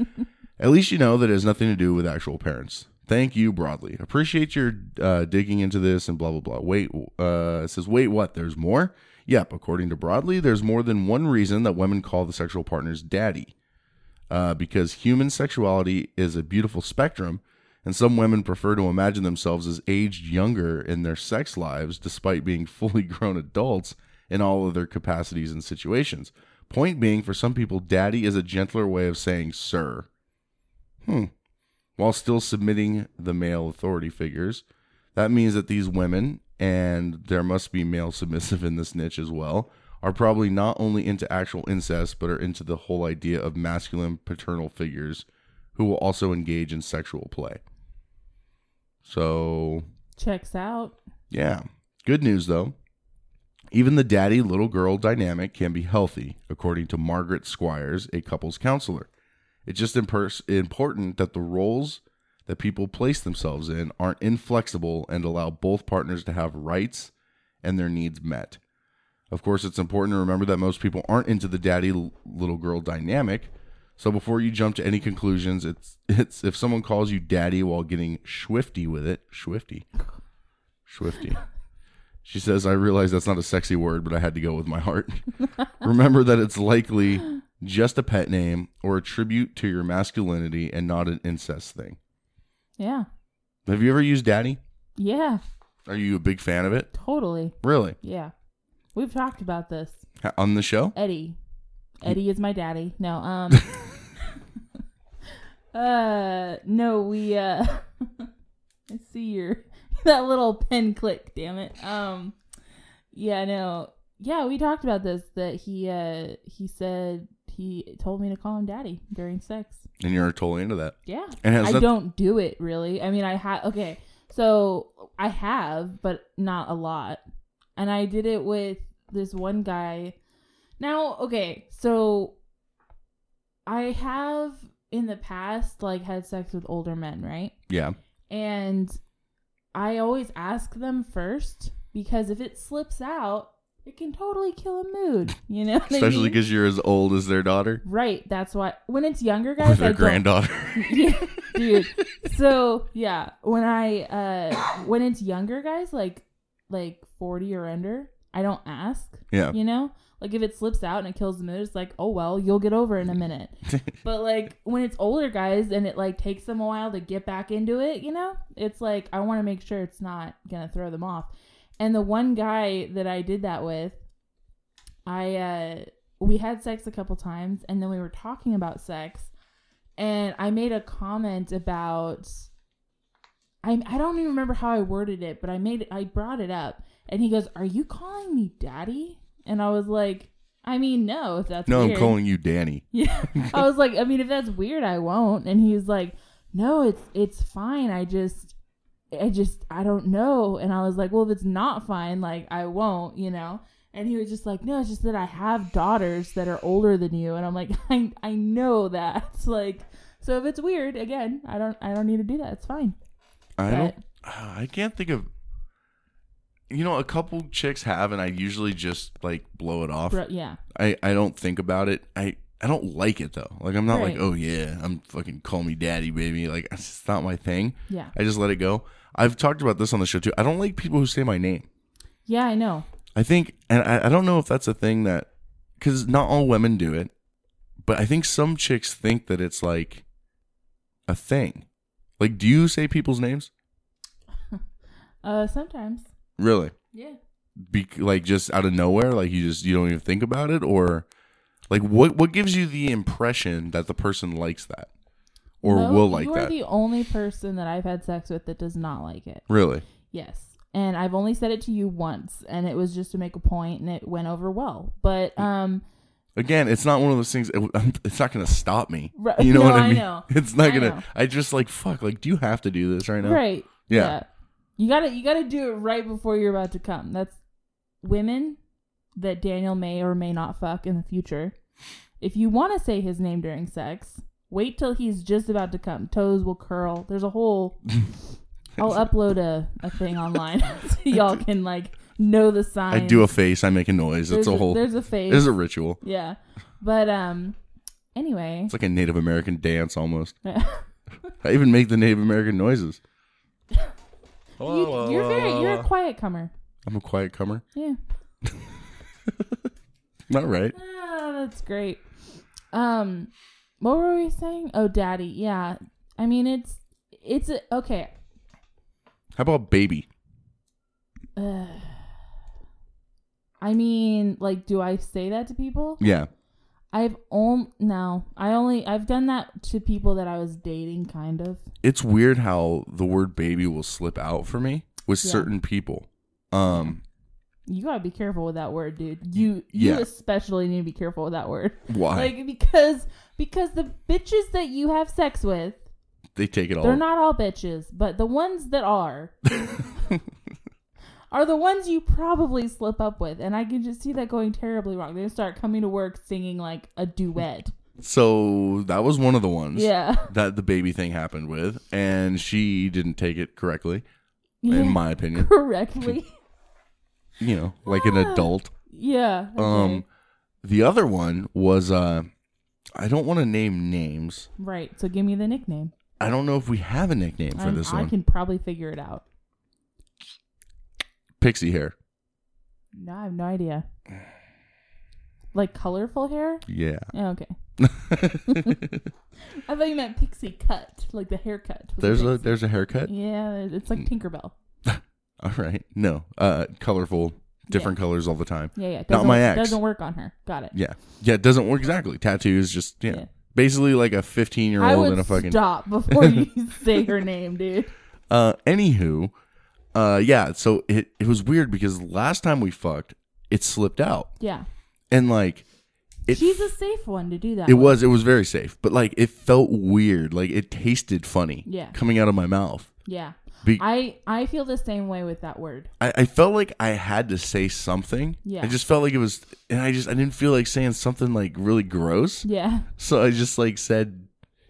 At least you know that it has nothing to do with actual parents. Thank you broadly. Appreciate your uh, digging into this and blah blah blah. Wait, uh, it says wait, what? There's more. Yep, according to Broadly, there's more than one reason that women call the sexual partners daddy uh, because human sexuality is a beautiful spectrum, and some women prefer to imagine themselves as aged younger in their sex lives despite being fully grown adults in all of their capacities and situations. Point being, for some people, daddy is a gentler way of saying sir. Hmm. While still submitting the male authority figures, that means that these women, and there must be male submissive in this niche as well, are probably not only into actual incest, but are into the whole idea of masculine paternal figures who will also engage in sexual play. So,
Checks out.
yeah. Good news, though. Even the daddy little girl dynamic can be healthy, according to Margaret Squires, a couples counselor. It's just impers- important that the roles that people place themselves in aren't inflexible and allow both partners to have rights and their needs met. Of course, it's important to remember that most people aren't into the daddy l- little girl dynamic. So before you jump to any conclusions, it's it's if someone calls you daddy while getting swifty with it, swifty. Swifty. She says, I realize that's not a sexy word, but I had to go with my heart. Remember that it's likely just a pet name or a tribute to your masculinity and not an incest thing.
Yeah.
Have you ever used daddy?
Yeah.
Are you a big fan of it?
Totally.
Really?
Yeah. We've talked about this.
Ha- On the show?
Eddie. Eddie is my daddy. No, um Uh no, we uh I see your that little pen click, damn it. Um yeah, no. Yeah, we talked about this that he uh he said he told me to call him daddy during sex.
And you're totally into that.
Yeah.
And it has
I
noth-
don't do it really. I mean, I have okay. So I have, but not a lot. And I did it with this one guy. Now, okay. So I have in the past like had sex with older men, right?
Yeah.
And I always ask them first because if it slips out, it can totally kill a mood. You know, what I
Especially
mean?
because you're as old as their daughter
right. That's why when it's younger
or
guys, I
their
don't-
granddaughter.
yeah, dude. So yeah, when I uh when it's younger guys, like like forty or under, I don't ask.
Yeah.
you know, like if it slips out and it kills the mood, it's like, oh well, you'll get over it in a minute. but like when it's older guys and it like takes them a while to get back into it, you know, it's like I want to make sure it's not gonna throw them off. And the one guy that I did that with, I uh we had sex a couple times and then we were talking about sex and I made a comment about I I don't even remember how I worded it, but I made I brought it up and he goes, "Are you calling me daddy?" And I was like, "I mean, no, if that's
no, I'm
weird."
calling you Danny.
Yeah. I was like, I mean, if that's weird, I won't. And he was like, No, it's it's fine. I just I just I don't know. And I was like, Well, if it's not fine, like I won't, you know? And he was just like, No, it's just that I have daughters that are older than you and I'm like, I I know that. It's like so if it's weird, again, I don't I don't need to do that. It's fine.
I don't. Uh, I can't think of. You know, a couple chicks have, and I usually just like blow it off.
Bro- yeah.
I I don't think about it. I I don't like it though. Like I'm not like,
Right.
oh yeah, I'm fucking call me daddy, baby. Like it's just not my thing.
Yeah.
I just let it go. I've talked about this on the show too. I don't like people who say my name.
Yeah, I know.
I think, and I, I don't know if that's a thing that, because not all women do it, but I think some chicks think that it's like a thing. Like, do you say people's names?
Uh sometimes.
Really?
Yeah.
Be, like just out of nowhere, like you just you don't even think about it, or like what what gives you the impression that the person likes that or
No,
will like
you
that?
are the only person that I've had sex with that does not like it.
really?
Yes. And I've only said it to you once and it was just to make a point and it went over well. But um
Again, it's not one of those things. It, it's not going to stop me.
Right.
You know
No,
what I
I
mean?
know.
It's not
I
going
know.
to. I just like fuck. Like, do you have to do this right now?
right.
Yeah.
You got to you got to do it right before you're about to come. That's women that Daniel may or may not fuck in the future. If you want to say his name during sex, wait till he's just about to come. Toes will curl. There's a whole I'll upload a, a thing online so y'all can like know the
I
signs.
do a face. I make a noise. It's
There's
a
a-
whole.
there's a face.
It's a ritual.
Yeah. But um anyway,
It's like a Native American dance almost. I even make the Native American noises.
you, you're very you're a quiet comer.
I'm a quiet comer.
Yeah.
Not right.
Ah, that's great. Um, what were we saying? Oh, daddy. Yeah. I mean, it's it's a, okay.
How about baby?
Uh, I mean, like, do I say that to people?
Yeah.
I've only no. I only I've done that to people that I was dating, kind of.
It's weird how the word baby will slip out for me with
Yeah.
certain people. Um,
You gotta be careful with that word, dude. You
Yeah.
you especially need to be careful with that word.
Why?
Like because because the bitches that you have sex with,
they take it all.
they're not all bitches, but the ones that are are the ones you probably slip up with, and I can just see that going terribly wrong. They start coming to work singing like a duet.
So that was one of the ones.
Yeah.
That the baby thing happened with, and she didn't take it correctly,
Yeah.
in my opinion.
correctly.
You know, like an adult.
yeah. okay.
Um, the other one was uh, I don't want to name names.
right. So give me the nickname.
I don't know if we have a nickname for
I'm-
this
Um, I
one.
can probably figure it out.
Pixie hair.
No, I have no idea. Like colorful hair?
Yeah.
Oh, okay. I thought you meant pixie cut, like the haircut. with the
There's a
pixie.
there's a haircut.
Yeah, it's like
Hmm.
Tinkerbell.
All right. No. Uh, colorful, different colors all the time.
Yeah, yeah. it
Not
doesn't-
my ex.
Doesn't work on her. Got it.
Yeah. Yeah. It doesn't work exactly. Tattoos. Just yeah. Basically like a 15 year
I
old
would
in a fucking
stop before you say her name, dude.
Uh, anywho, uh, yeah. So it it was weird because last time we fucked, it slipped out,
Yeah,
and like it
she's a safe one to do that.
it
with.
was it was very safe, but like it felt weird. Like it tasted funny.
Yeah.
Coming out of my mouth.
Yeah,
Be-
I I feel the same way with that word.
I, I felt like I had to say something.
Yeah.
I just felt like it was, and I just I didn't feel like saying something like really gross.
Yeah.
So I just like said,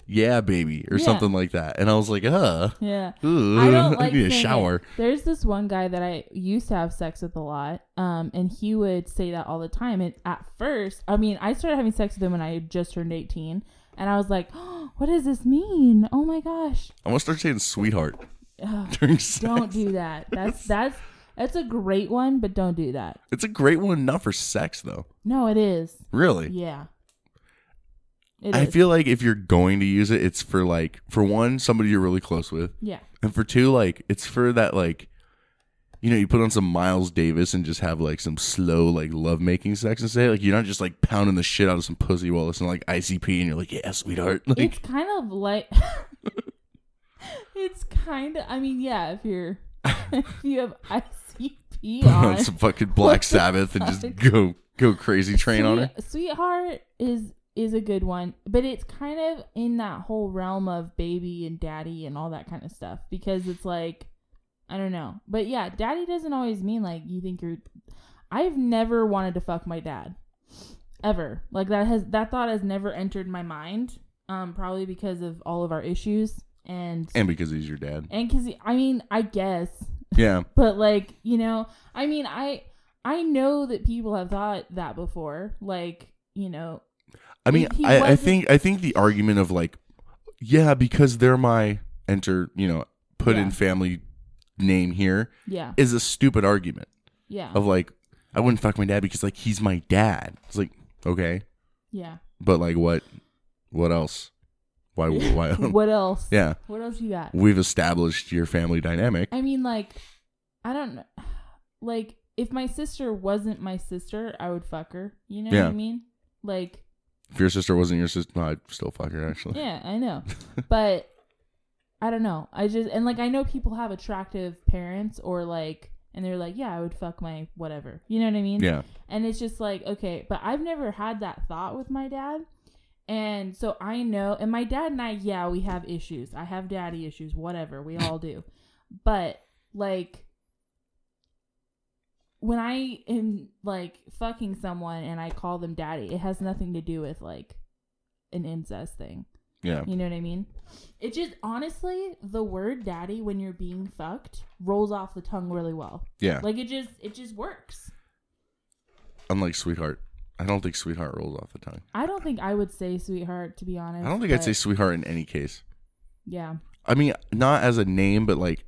yeah, baby, or
Yeah.
something like that. And I was like, uh,
Yeah.
ooh,
I don't like
need a
saying
shower.
it. There's this one guy that I used to have sex with a lot, um, and he would say that all the time. And at first, I mean, I started having sex with him when I had just turned 18, and I was like, oh, "What does this mean? Oh my gosh!"
I want to start saying sweetheart
Ugh,
during sex.
don't do that. That's that's that's a great one, but don't do that.
It's a great one, not for sex though.
No, it is.
Really?
Yeah. It
I
is.
feel like if you're going to use it, it's for like for one, somebody you're really close with.
Yeah.
And for two, like it's for that like you know, you put on some Miles Davis and just have like some slow like lovemaking sex and say like you're not just like pounding the shit out of some pussy while listening to, like ICP and you're like, Yeah, sweetheart. Like
it's kind of like it's kind of. I mean, yeah. If you're if you have ICP
put on
on,
some fucking Black
the
Sabbath and just
fuck?
go go crazy train on her.
Sweet- Sweetheart is is a good one, but it's kind of in that whole realm of baby and daddy and all that kind of stuff because it's like I don't know. But yeah, daddy doesn't always mean like you think you're I've never wanted to fuck my dad ever. Like that has that thought has never entered my mind. Um probably because of all of our issues and
And because he's your dad.
and cuz I mean, I guess
Yeah.
but like you know i mean i i know that people have thought that before like you know
I mean,
if he
I, I
wasn't-
think I think the argument of like, yeah, because they're my enter, you know, put in
Yeah.
family name here,
Yeah.
is a stupid argument.
Yeah.
of like, I wouldn't fuck my dad because like he's my dad. It's like okay,
yeah
but like what, what else? Why? Why?
what else
Yeah.
what else you got
We've established your family dynamic.
i mean like i don't know like if my sister wasn't my sister i would fuck her you know what
Yeah.
i mean like
If your sister wasn't your sister, no, I'd still fuck her actually.
yeah i know but i don't know i just and like i know people have attractive parents or like and they're like yeah i would fuck my whatever you know what i mean
Yeah.
and it's just like okay but i've never had that thought with my dad and so i know and my dad and i yeah we have issues i have daddy issues whatever we all do but like when i am like fucking someone and i call them daddy it has nothing to do with like an incest thing
Yeah.
you know what i mean it just honestly the word daddy when you're being fucked rolls off the tongue really well
Yeah.
like it just it just works
Unlike sweetheart, I don't think sweetheart rolls off the tongue.
I don't think I would say sweetheart to be honest.
I don't think I'd
but-
say sweetheart in any case.
Yeah.
I mean, not as a name, but like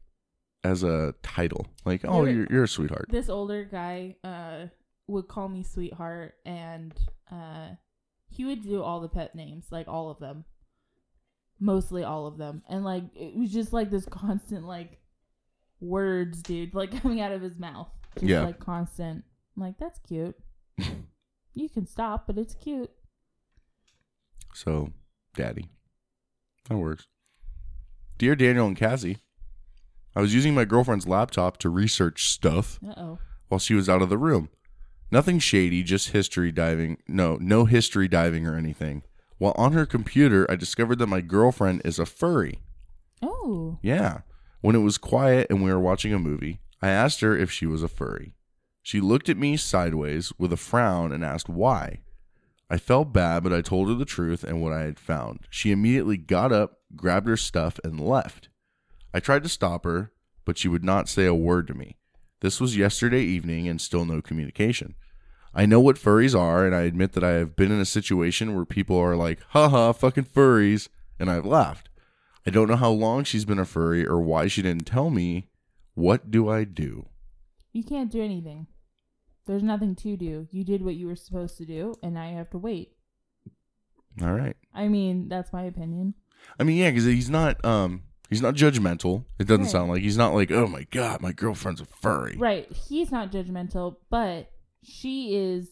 as a title. Like, oh,
There-
you're, you're a sweetheart.
This older guy uh would call me sweetheart and uh he would do all the pet names, like all of them. Mostly all of them. And like it was just like this constant like words, dude, like coming out of his mouth. Just
Yeah.
like constant. I'm like, that's cute. you can stop, but it's cute.
So, daddy. That works. Dear Daniel and Cassie, I was using my girlfriend's laptop to research stuff
Uh oh.
while she was out of the room. Nothing shady, just history diving. No, no history diving or anything. While on her computer, I discovered that my girlfriend is a furry.
Oh.
Yeah. When it was quiet and we were watching a movie, I asked her if she was a furry. She looked at me sideways with a frown and asked why. I felt bad, but I told her the truth and what I had found. She immediately got up, grabbed her stuff, and left. I tried to stop her, but she would not say a word to me. This was yesterday evening and still no communication. I know what furries are, and I admit that I have been in a situation where people are like, haha, fucking furries, and I've laughed. I don't know how long she's been a furry or why she didn't tell me. What do I do?
You can't do anything. There's nothing to do. You did what you were supposed to do, and now you have to wait.
All right.
I mean, that's my opinion.
I mean, yeah, because he's not um he's not judgmental. It doesn't
Right.
sound like he's not like, oh my god, my girlfriend's a furry.
Right. He's not judgmental, but she is.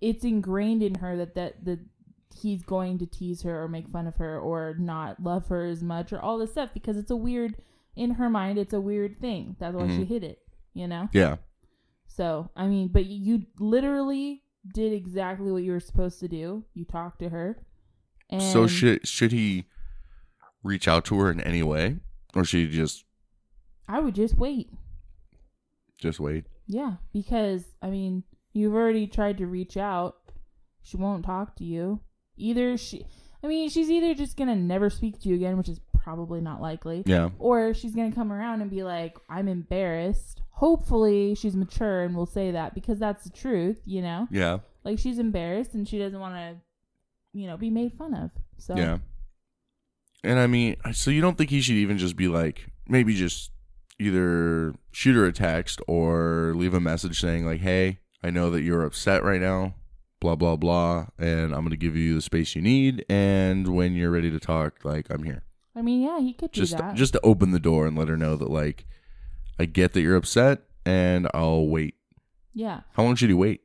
It's ingrained in her that that that he's going to tease her or make fun of her or not love her as much or all this stuff because it's a weird in her mind. It's a weird thing. That's why she
Mhm.
hid it. You know.
Yeah.
So I mean, but you literally did exactly what you were supposed to do. You talked to her. And
so should should he reach out to her in any way, or should he just
I would just wait.
just wait?
Yeah, because I mean, you've already tried to reach out. She won't talk to you. Either she I mean, she's either just gonna never speak to you again, which is probably not likely.
Yeah.
Or she's gonna come around and be like, "I'm embarrassed." Hopefully, she's mature and will say that because that's the truth, you know.
Yeah.
Like she's embarrassed and she doesn't want to, you know, be made fun of. So
Yeah. And I mean, so you don't think he should even just be like, maybe just either shoot her a text or leave a message saying, like, hey, I know that you're upset right now, blah, blah, blah, and I'm going to give you the space you need. And when you're ready to talk, like, I'm here.
I mean, yeah, he could
Just,
do that.
just to open the door and let her know that, like, I get that you're upset and I'll wait.
yeah,
How long should he wait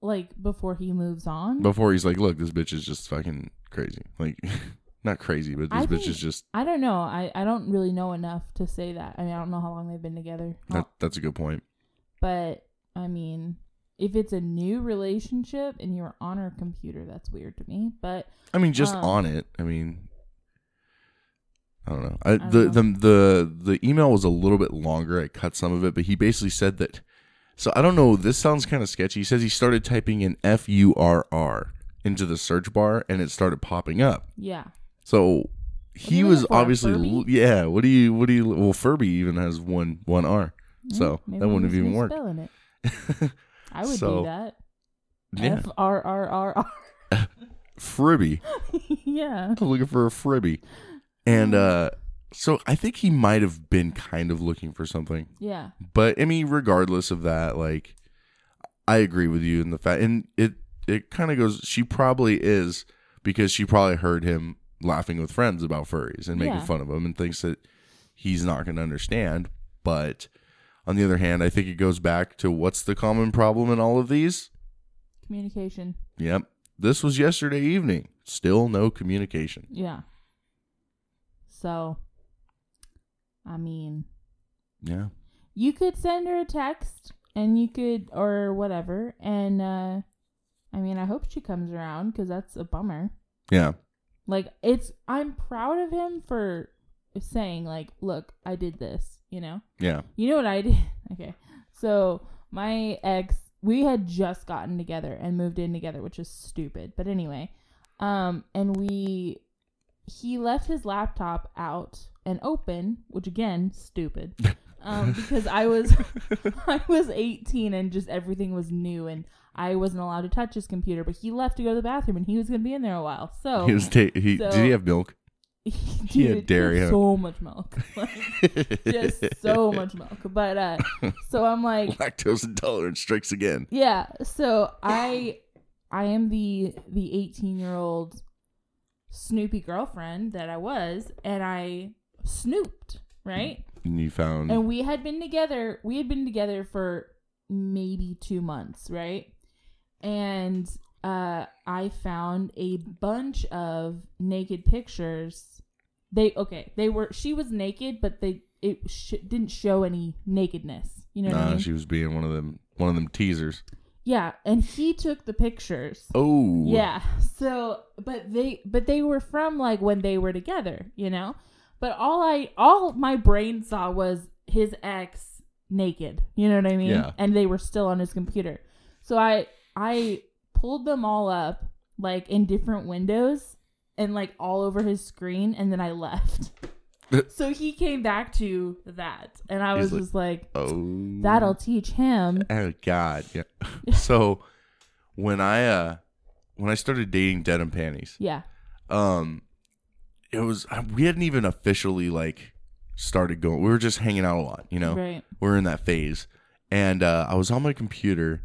like before he moves on.
before he's like, look, this bitch is just fucking crazy? Like, not crazy, but this
I
bitch
think-
is just,
I don't know. I I don't really know enough to say that. I mean, I don't know how long they've been together.
that, that's a good point.
But I mean, if it's a new relationship and you're on her computer, that's weird to me. But
I mean, just
um,
on it. I mean, I don't know. I,
don't
the, the the the email was a little bit longer. I cut some of it, but he basically said that. So I don't know. This sounds kind of sketchy. He says he started typing in F U R R into the search bar, and it started popping up.
Yeah.
So he
you
was
looking for, a
obviously
Furby?
l- yeah. What do you what do you well Furby even has one one R, so
Mm, Mm-hmm. maybe
that wouldn't have
he's
even worked.
misspelling it. I would
So,
do that.
yeah.
F R R R R.
Fribby.
Yeah.
I was looking for a Fribby. And
Mm.
uh so I think he might have been kind of looking for something.
Yeah.
But I mean, regardless of that, like I agree with you in the fact and it it kind of goes she probably is because she probably heard him laughing with friends about furries and making
Yeah.
fun of him and thinks that he's not going to understand, but on the other hand, I think it goes back to what's the common problem in all of these?
Communication.
Yep. This was yesterday evening. Still no communication.
Yeah. So, I mean,
Yeah.
you could send her a text and you could, or whatever. And, uh, I mean, I hope she comes around because that's a bummer.
Yeah.
Like, it's, I'm proud of him for saying, like, look, I did this, you know?
Yeah.
You know what I did? Okay. So my ex, we had just gotten together and moved in together, which is stupid. But anyway, um, and we, he left his laptop out and open, which again, stupid. Um, because I was, I was 18 and just everything was new and I wasn't allowed to touch his computer. But he left to go to the bathroom and he was gonna be in there a while. So
He was ta- he
Oh. so-
did he have milk? he
Dude,
had dairy. huh?
So much milk. Like, just so much milk. But uh so I'm like
lactose intolerance strikes again.
yeah, so I I am the the 18-year-old snoopy girlfriend that I was and I snooped, right?
And you found
And we had been together, we had been together for maybe two months, right? And uh, I found a bunch of naked pictures. They, okay, they were, she was naked, but they, it sh- didn't show any nakedness. You know what I
Nah,
mean?
she was being one of them one of them teasers.
yeah. And he took the pictures.
Oh.
Yeah. So, but they but they were from like when they were together, you know. But all I all my brain saw was his ex naked. You know what I mean?
Yeah.
And they were still on his computer. So I I pulled them all up like in different windows and like all over his screen and then I left. so he came back to that and I was
He's like,
just like
Oh
that'll teach him.
Oh God. Yeah. so when I uh when I started dating denim panties.
Yeah.
Um it was I- we hadn't even officially like started going. We were just hanging out a lot, you know.
Right.
We were in that phase. And uh I was on my computer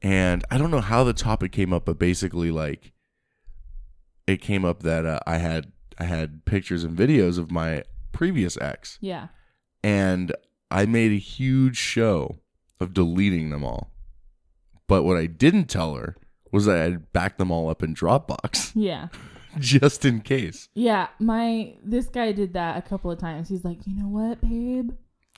and I don't know how the topic came up, but basically like it came up that uh, I had I had pictures and videos of my previous ex
Yeah.
and I made a huge show of deleting them all. But what I didn't tell her was that I had backed them all up in Dropbox
Yeah.
just in case.
Yeah, my this guy did that a couple of times. He's like, you know what, babe?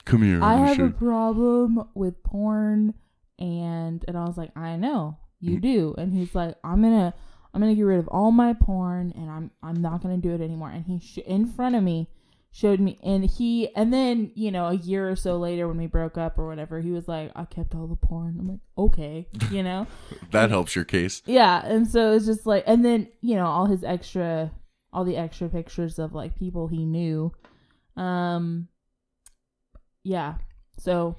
Come here.
I
let me
have
show
a
you."
problem with porn, and and I was like, I know
Mm-hmm.
you do. And he's like, I'm gonna I'm gonna get rid of all my porn, and I'm I'm not gonna do it anymore. And he sh- in front of me showed me and he and then you know a year or so later when we broke up or whatever he was like i kept all the porn i'm like okay you know
That helps your case.
yeah and so it's just like and then you know all his extra all the extra pictures of like people he knew um yeah so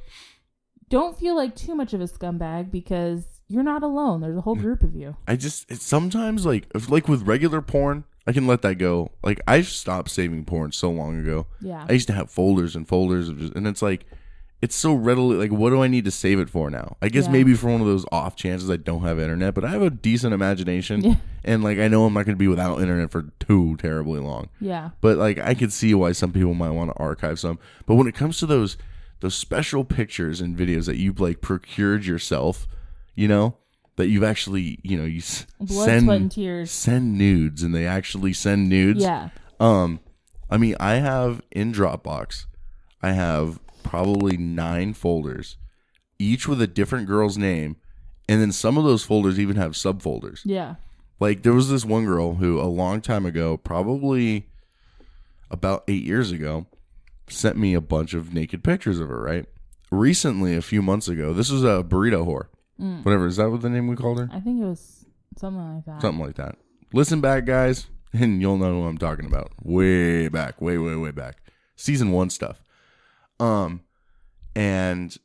don't feel like too much of a scumbag because you're not alone there's a
Hmm.
whole group of you
I just it's sometimes like if, like with regular porn, I can let that go. Like I stopped saving porn so long ago.
Yeah.
I used to have folders and folders of just, and it's like it's so readily like what do I need to save it for now? I guess
Yeah.
maybe for one of those off chances I don't have internet, but I have a decent imagination
Yeah.
and like I know I'm not going to be without internet for too terribly long.
Yeah.
But like I could see why some people might want to archive some. But when it comes to those those special pictures and videos that you've like procured yourself, you know, that you've actually, you know, you s-
Blood,
send
sweat, and tears.
send nudes and they actually send nudes.
Yeah.
Um I mean, I have in Dropbox, I have probably 9 folders each with a different girl's name and then some of those folders even have subfolders.
yeah
Like there was this one girl who a long time ago, probably about eight years ago, sent me a bunch of naked pictures of her, right? Recently, a few months ago, this was a burrito whore.
Mm.
Whatever, is that what the name we called her?
i think it was something like that
Something like that. Listen back, guys, and you'll know who I'm talking about. Way back, way, way, way back. Season one stuff. Um, and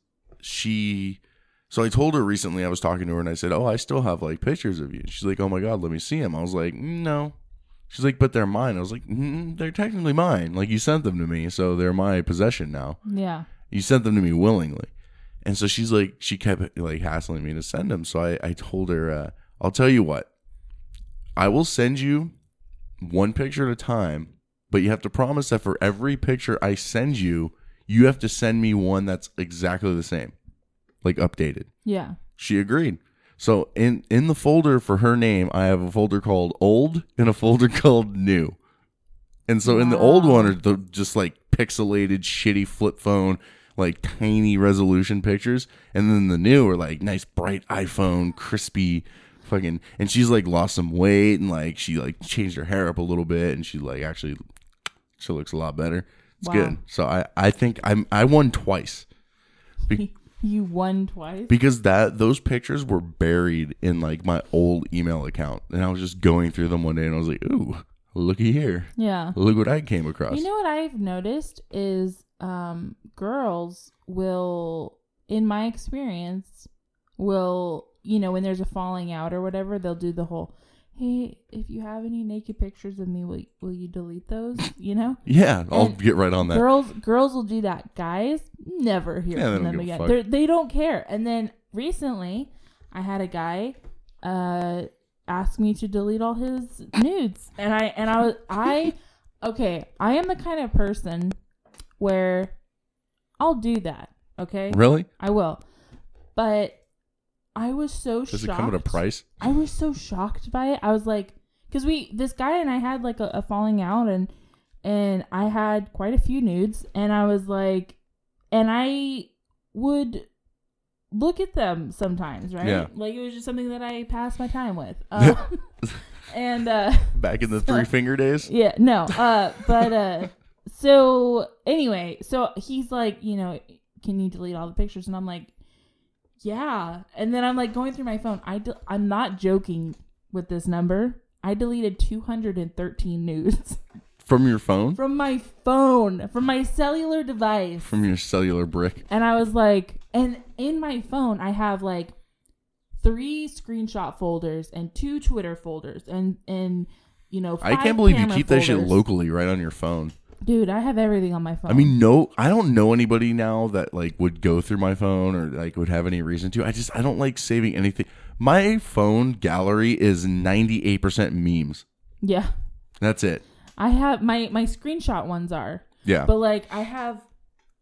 she, so I told her recently, I was talking to her and I said, Oh, I still have like pictures of you. She's like, Oh my God, let me see them. I was like, "Mm, No. She's like, But they're mine. I was like, mm, They're technically mine. Like, you sent them to me, so they're my possession now.
yeah
You sent them to me willingly. And so she's like, she kept like hassling me to send them. So I, I told her, uh, I'll tell you what, I will send you one picture at a time, but you have to promise that for every picture I send you, you have to send me one that's exactly the same, like updated.
yeah
She agreed. So in in the folder for her name, I have a folder called old and a folder called new. And so in the old one are the just like pixelated shitty flip phone like tiny resolution pictures and then the new are like nice bright iPhone crispy fucking and she's like lost some weight and like she like changed her hair up a little bit and she like actually she looks a lot better. It's
Wow.
good. So I I think I'm I won twice. Be-
you won twice
because that those pictures were buried in like my old email account and i was just going through them one day and i was like ooh looky here
Yeah.
look what i came across
You know what I've noticed is um, girls will, in my experience, will you know when there's a falling out or whatever, they'll do the whole, "Hey, if you have any naked pictures of me, will will you delete those?" You know.
yeah i'll
And
get right on that
Girls, girls will do that. Guys, never hear
Yeah, they don't
from them
give a
again.
fuck.
They're, they don't care. And then recently, I had a guy uh, ask me to delete all his nudes, and I and I was I okay. I am the kind of person where I'll do that. Okay,
Really?
I will. But I was so
Does it
shocked.
come at a price?
I was so shocked by it. I was like, because we, this guy and I had like a, a falling out, and and I had quite a few nudes, and I was like, and I would look at them sometimes, right?
Yeah.
Like it was just something that I passed my time with. Um, and uh,
back in the three finger days
yeah, no. Uh, but uh, so anyway, so he's like, you know, can you delete all the pictures? And I'm like, yeah. And then I'm like going through my phone. I de- I'm not joking with this number. I deleted 213 nudes
from your phone
from my phone, from my cellular device.
from your cellular brick
And I was like, and in my phone, I have like three screenshot folders and two Twitter folders and, and, you know,
i
five
can't believe you
camera
keep that shit
folders.
locally right on your phone
Dude, I have everything on my phone.
I mean, no, I don't know anybody now that like would go through my phone or like would have any reason to. I just I don't like saving anything. My phone gallery is ninety eight percent memes.
yeah,
That's it.
I have my my screenshot ones are.
Yeah.
But like I have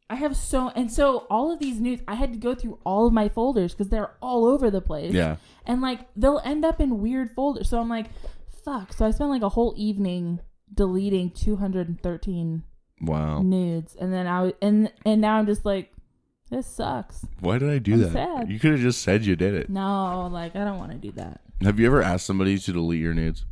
I have so and so all of these nudes I had to go through all of my folders cuz they're all over the place.
Yeah.
And like they'll end up in weird folders. So I'm like, fuck. So I spent like a whole evening deleting 213
Wow.
nudes and then I was, and and now I'm just like this sucks.
Why did I do
I'm
that?
sad.
You could have just said you did it.
No, like I don't want to do that.
Have you ever asked somebody to delete your nudes?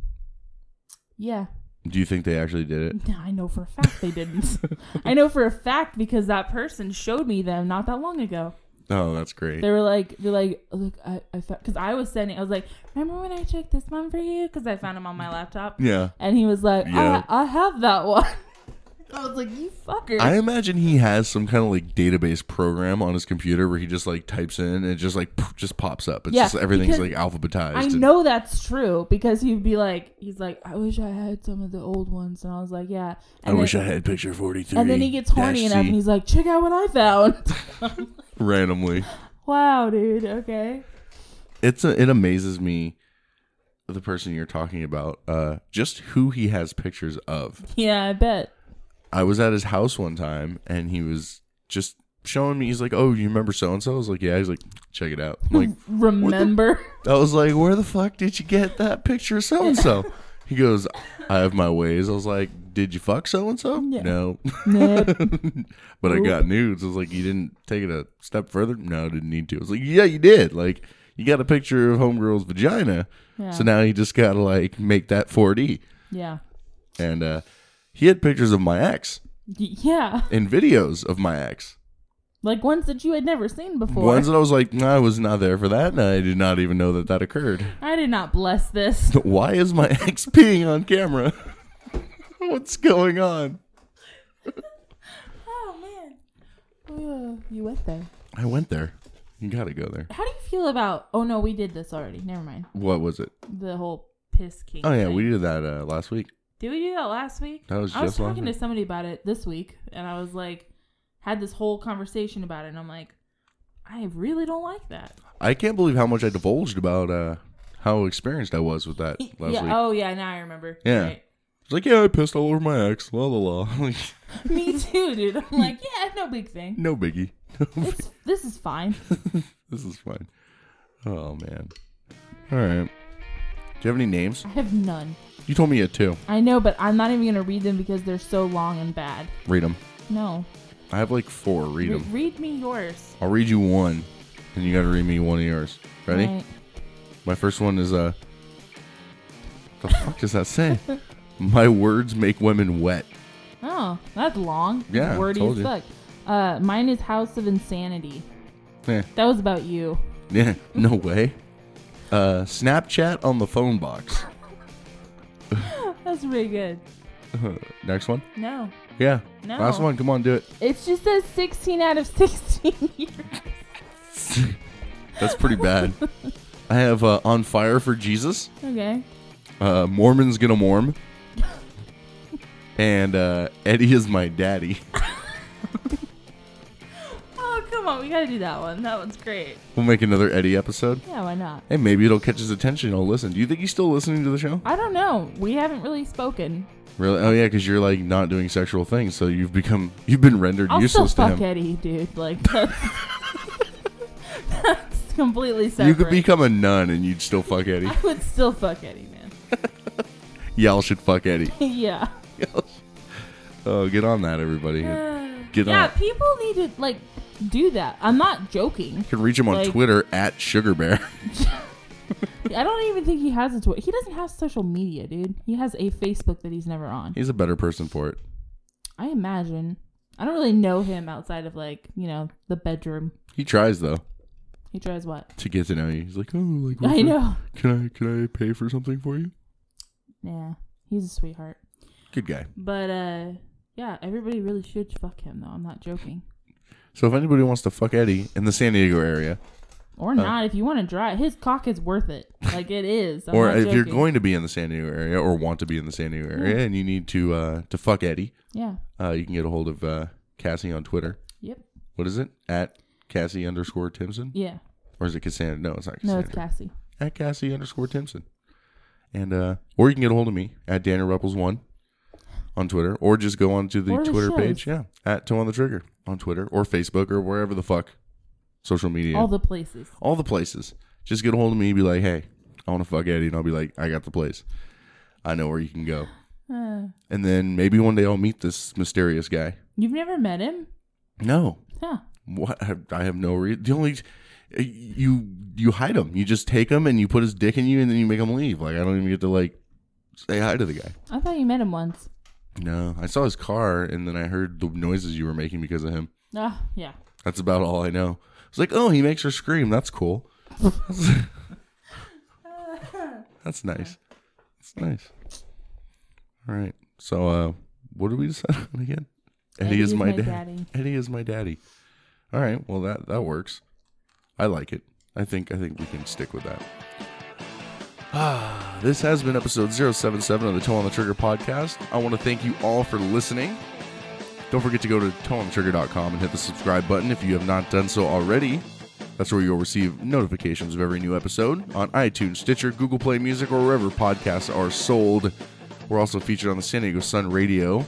Yeah.
Do you think they actually did it?
No, I know for a fact they didn't. I know for a fact because that person showed me them not that long ago.
Oh, that's great.
They were like, they're like, look, I, I found, because I was sending, I was like, remember when I took this one for you? Because I found him on my laptop.
Yeah.
And he was like,
Yeah.
I, I have that one. I was like, you fucker.
I imagine he has some kind of like database program on his computer where he just like types in and it just like poof, just pops up. It's
Yeah,
just everything's
because
like alphabetized.
I
and-
know that's true because he'd be like, he's like, I wish I had some of the old ones, and I was like, yeah.
I
And
wish
then-
I had picture 43.
And then he gets horny
dash
enough,
C.
and he's like, check out what I found.
randomly.
wow, dude. Okay.
It's a, it amazes me the person you're talking about uh just who he has pictures of.
Yeah, I bet.
I was at his house one time and he was just showing me. He's like, "Oh, you remember so and so?" I was like, "Yeah." He's like, "Check it out." I'm like,
Remember?
I was like, "Where the fuck did you get that picture of so and so?" He goes, "I have my ways." I was like, "Did you fuck so and so?"
Yeah.
No.
Nope.
but I got
Nope.
nudes. I was like, "You didn't take it a step further?" No, I didn't need to. I was like, "Yeah, you did." Like, you got a picture of homegirl's vagina.
Yeah.
So now you just got to like make that 4D.
Yeah.
And uh he had pictures of my ex
Y- yeah.
and videos of my ex.
Like ones that you had never seen before.
Ones that I was like, nah, I was not there for that, and I did not even know that that occurred.
I did not bless this.
Why is my ex peeing on camera? What's going on?
Oh man. Ugh, you went there.
I went there. You gotta go there.
How do you feel about? Oh no, we did this already. Never mind.
What was it?
The whole piss king.
Oh yeah,
thing.
we did that uh, last week.
Did we do that last week?
That was
I was
just last
talking
week.
to somebody about it this week, and I was like, had this whole conversation about it, and I'm like, I really don't like that.
I can't believe how much I divulged about uh, how experienced I was with that last
yeah.
week.
Oh yeah. Now I remember.
yeah.
Right.
It's like, yeah, I pissed all over my ex. La la la. Like,
Me too, dude. I'm like, yeah, no big thing.
no biggie.
It's, this is fine.
this is fine. Oh man. All right. Do you have any names?
I have none.
You told me you had two.
I know, but I'm not even gonna read them because they're so long and bad.
Read them.
No.
I have like four. Read them.
Read me yours.
I'll read you one, and you got to read me one of yours. Ready?
Right.
My first one is uh. The fuck does that say? My words make women wet.
Oh, that's long.
Yeah,
Wordy
told
as
you.
fuck. Uh, mine is House of Insanity.
Eh,
That was about you.
yeah, no way. Uh, Snapchat on the phone box.
That's pretty good.
Next one.
No.
Yeah.
No.
Last one. Come on, do it.
It just says 16 out of 16 years.
That's pretty bad. I have uh, on fire for Jesus.
Okay.
Uh, Mormon's gonna morm. and uh, Eddie is my daddy.
Oh, come on. We got to do that one. That one's great.
We'll make another Eddie episode.
Yeah, why not?
Hey, maybe it'll catch his attention. He'll listen. Do you think he's still listening to the show?
I don't know. We haven't really spoken.
Really? Oh yeah, because you're like not doing sexual things, so you've become you've been rendered
I'll still
useless to
fuck
him.
Eddie, dude. Like, that's, that's completely separate.
You could become a nun and you'd still fuck Eddie.
I would still fuck Eddie, man.
Y'all should fuck Eddie.
yeah.
Oh, get on that, everybody. Get
yeah,
on.
people need to, like, do that. I'm not joking.
You can reach him on
Like-
Twitter at sugarbear.
I don't even think he has a Twitter. He doesn't have social media, dude. He has a Facebook that he's never on.
he's a better person for it.
I imagine. I don't really know him outside of like you know the bedroom.
He tries though
He tries what?
to get to know you. He's like, oh, like
I
what's your-
know.
Can I can I pay for something for you?
Yeah, he's a sweetheart.
Good guy.
But uh, yeah, everybody really should fuck him though. I'm not joking.
So if anybody wants to fuck Eddie in the San Diego area, Uh.
Or not, if you want to dry his cock is worth it. Like it is. I'm
or
not
if you're
joking.
going to be in the San Diego area or want to be in the San Diego area, and you need to uh, to fuck Eddie,
Yeah.
uh, you can get a hold of uh, Cassie on Twitter.
Yep.
What is it at Cassie underscore Timpson?
Yeah.
Or is it Cassandra? No, it's not
No,
Cassandra.
it's Cassie.
At Cassie underscore Timpson, and uh, or you can get a hold of me at Daniel Ruppels one on Twitter, or just go onto the
Or the
Twitter
shows.
page, yeah, at Toe on the Trigger on Twitter or Facebook or wherever the fuck social media
All the places.
all the places. Just get a hold of me and be like, hey, I want to fuck Eddie. And I'll be like, I got the place. I know where you can go.
Uh,
And then maybe one day I'll meet this mysterious guy.
you've never met him?
No.
Huh.
What? I have, I have no reason. The only. uh, You you hide him. You just take him and you put his dick in you and then you make him leave. Like I don't even get to like Say hi to the guy.
I thought you met him once.
No, I saw his car and then I heard the noises you were making because of him.
Oh, yeah.
That's about all I know. It's like, oh, he makes her scream. That's cool. That's nice. That's nice. All right. So, uh, what did we decide on again? Eddie, is my, dad.
daddy.
Eddie is my daddy. All right. Well, that that works. I like it. I think I think we can stick with that. Ah, this has been episode 077 of the Toe on the Trigger podcast. I want to thank you all for listening. Don't forget to go to toeonthetrigger.com and hit the subscribe button if you have not done so already. That's where you'll receive notifications of every new episode on iTunes, Stitcher, Google Play Music, or wherever podcasts are sold. We're also featured on the San Diego Sun Radio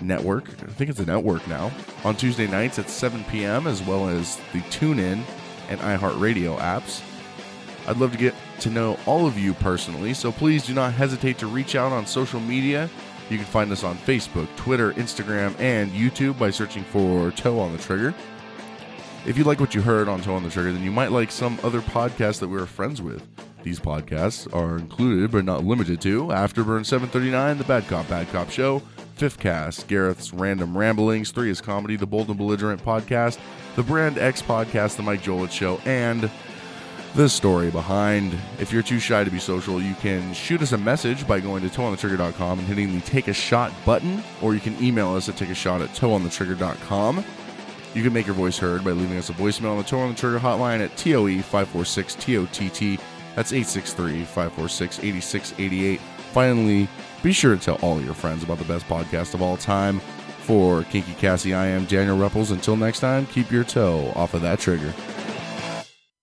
Network. I think it's a network now. On Tuesday nights at 7 p.m., as well as the TuneIn and iHeartRadio apps. I'd love to get to know all of you personally, so please do not hesitate to reach out on social media. You can find us on Facebook, Twitter, Instagram, and YouTube by searching for Toe on the Trigger. If you like what you heard on Toe on the Trigger, then you might like some other podcast that we are friends with. These podcasts are included but not limited to Afterburn 739, The Bad Cop Bad Cop Show, Fifth Cast, Gareth's Random Ramblings, Three is Comedy, The Bold and Belligerent Podcast, The Brand X Podcast, The Mike Jolett Show, and the story behind. If you're too shy to be social, you can shoot us a message by going to toeonthetrigger.com and hitting the take a shot button, or you can email us at take a shot at toeonthetrigger.com. You can make your voice heard by leaving us a voicemail on the Toe on the Trigger hotline at E TOE 546 TOTT. That's 863 546 8688. Finally, be sure to tell all your friends about the best podcast of all time. For Kinky Cassie, I am Daniel Rupples. Until next time, keep your toe off of that trigger.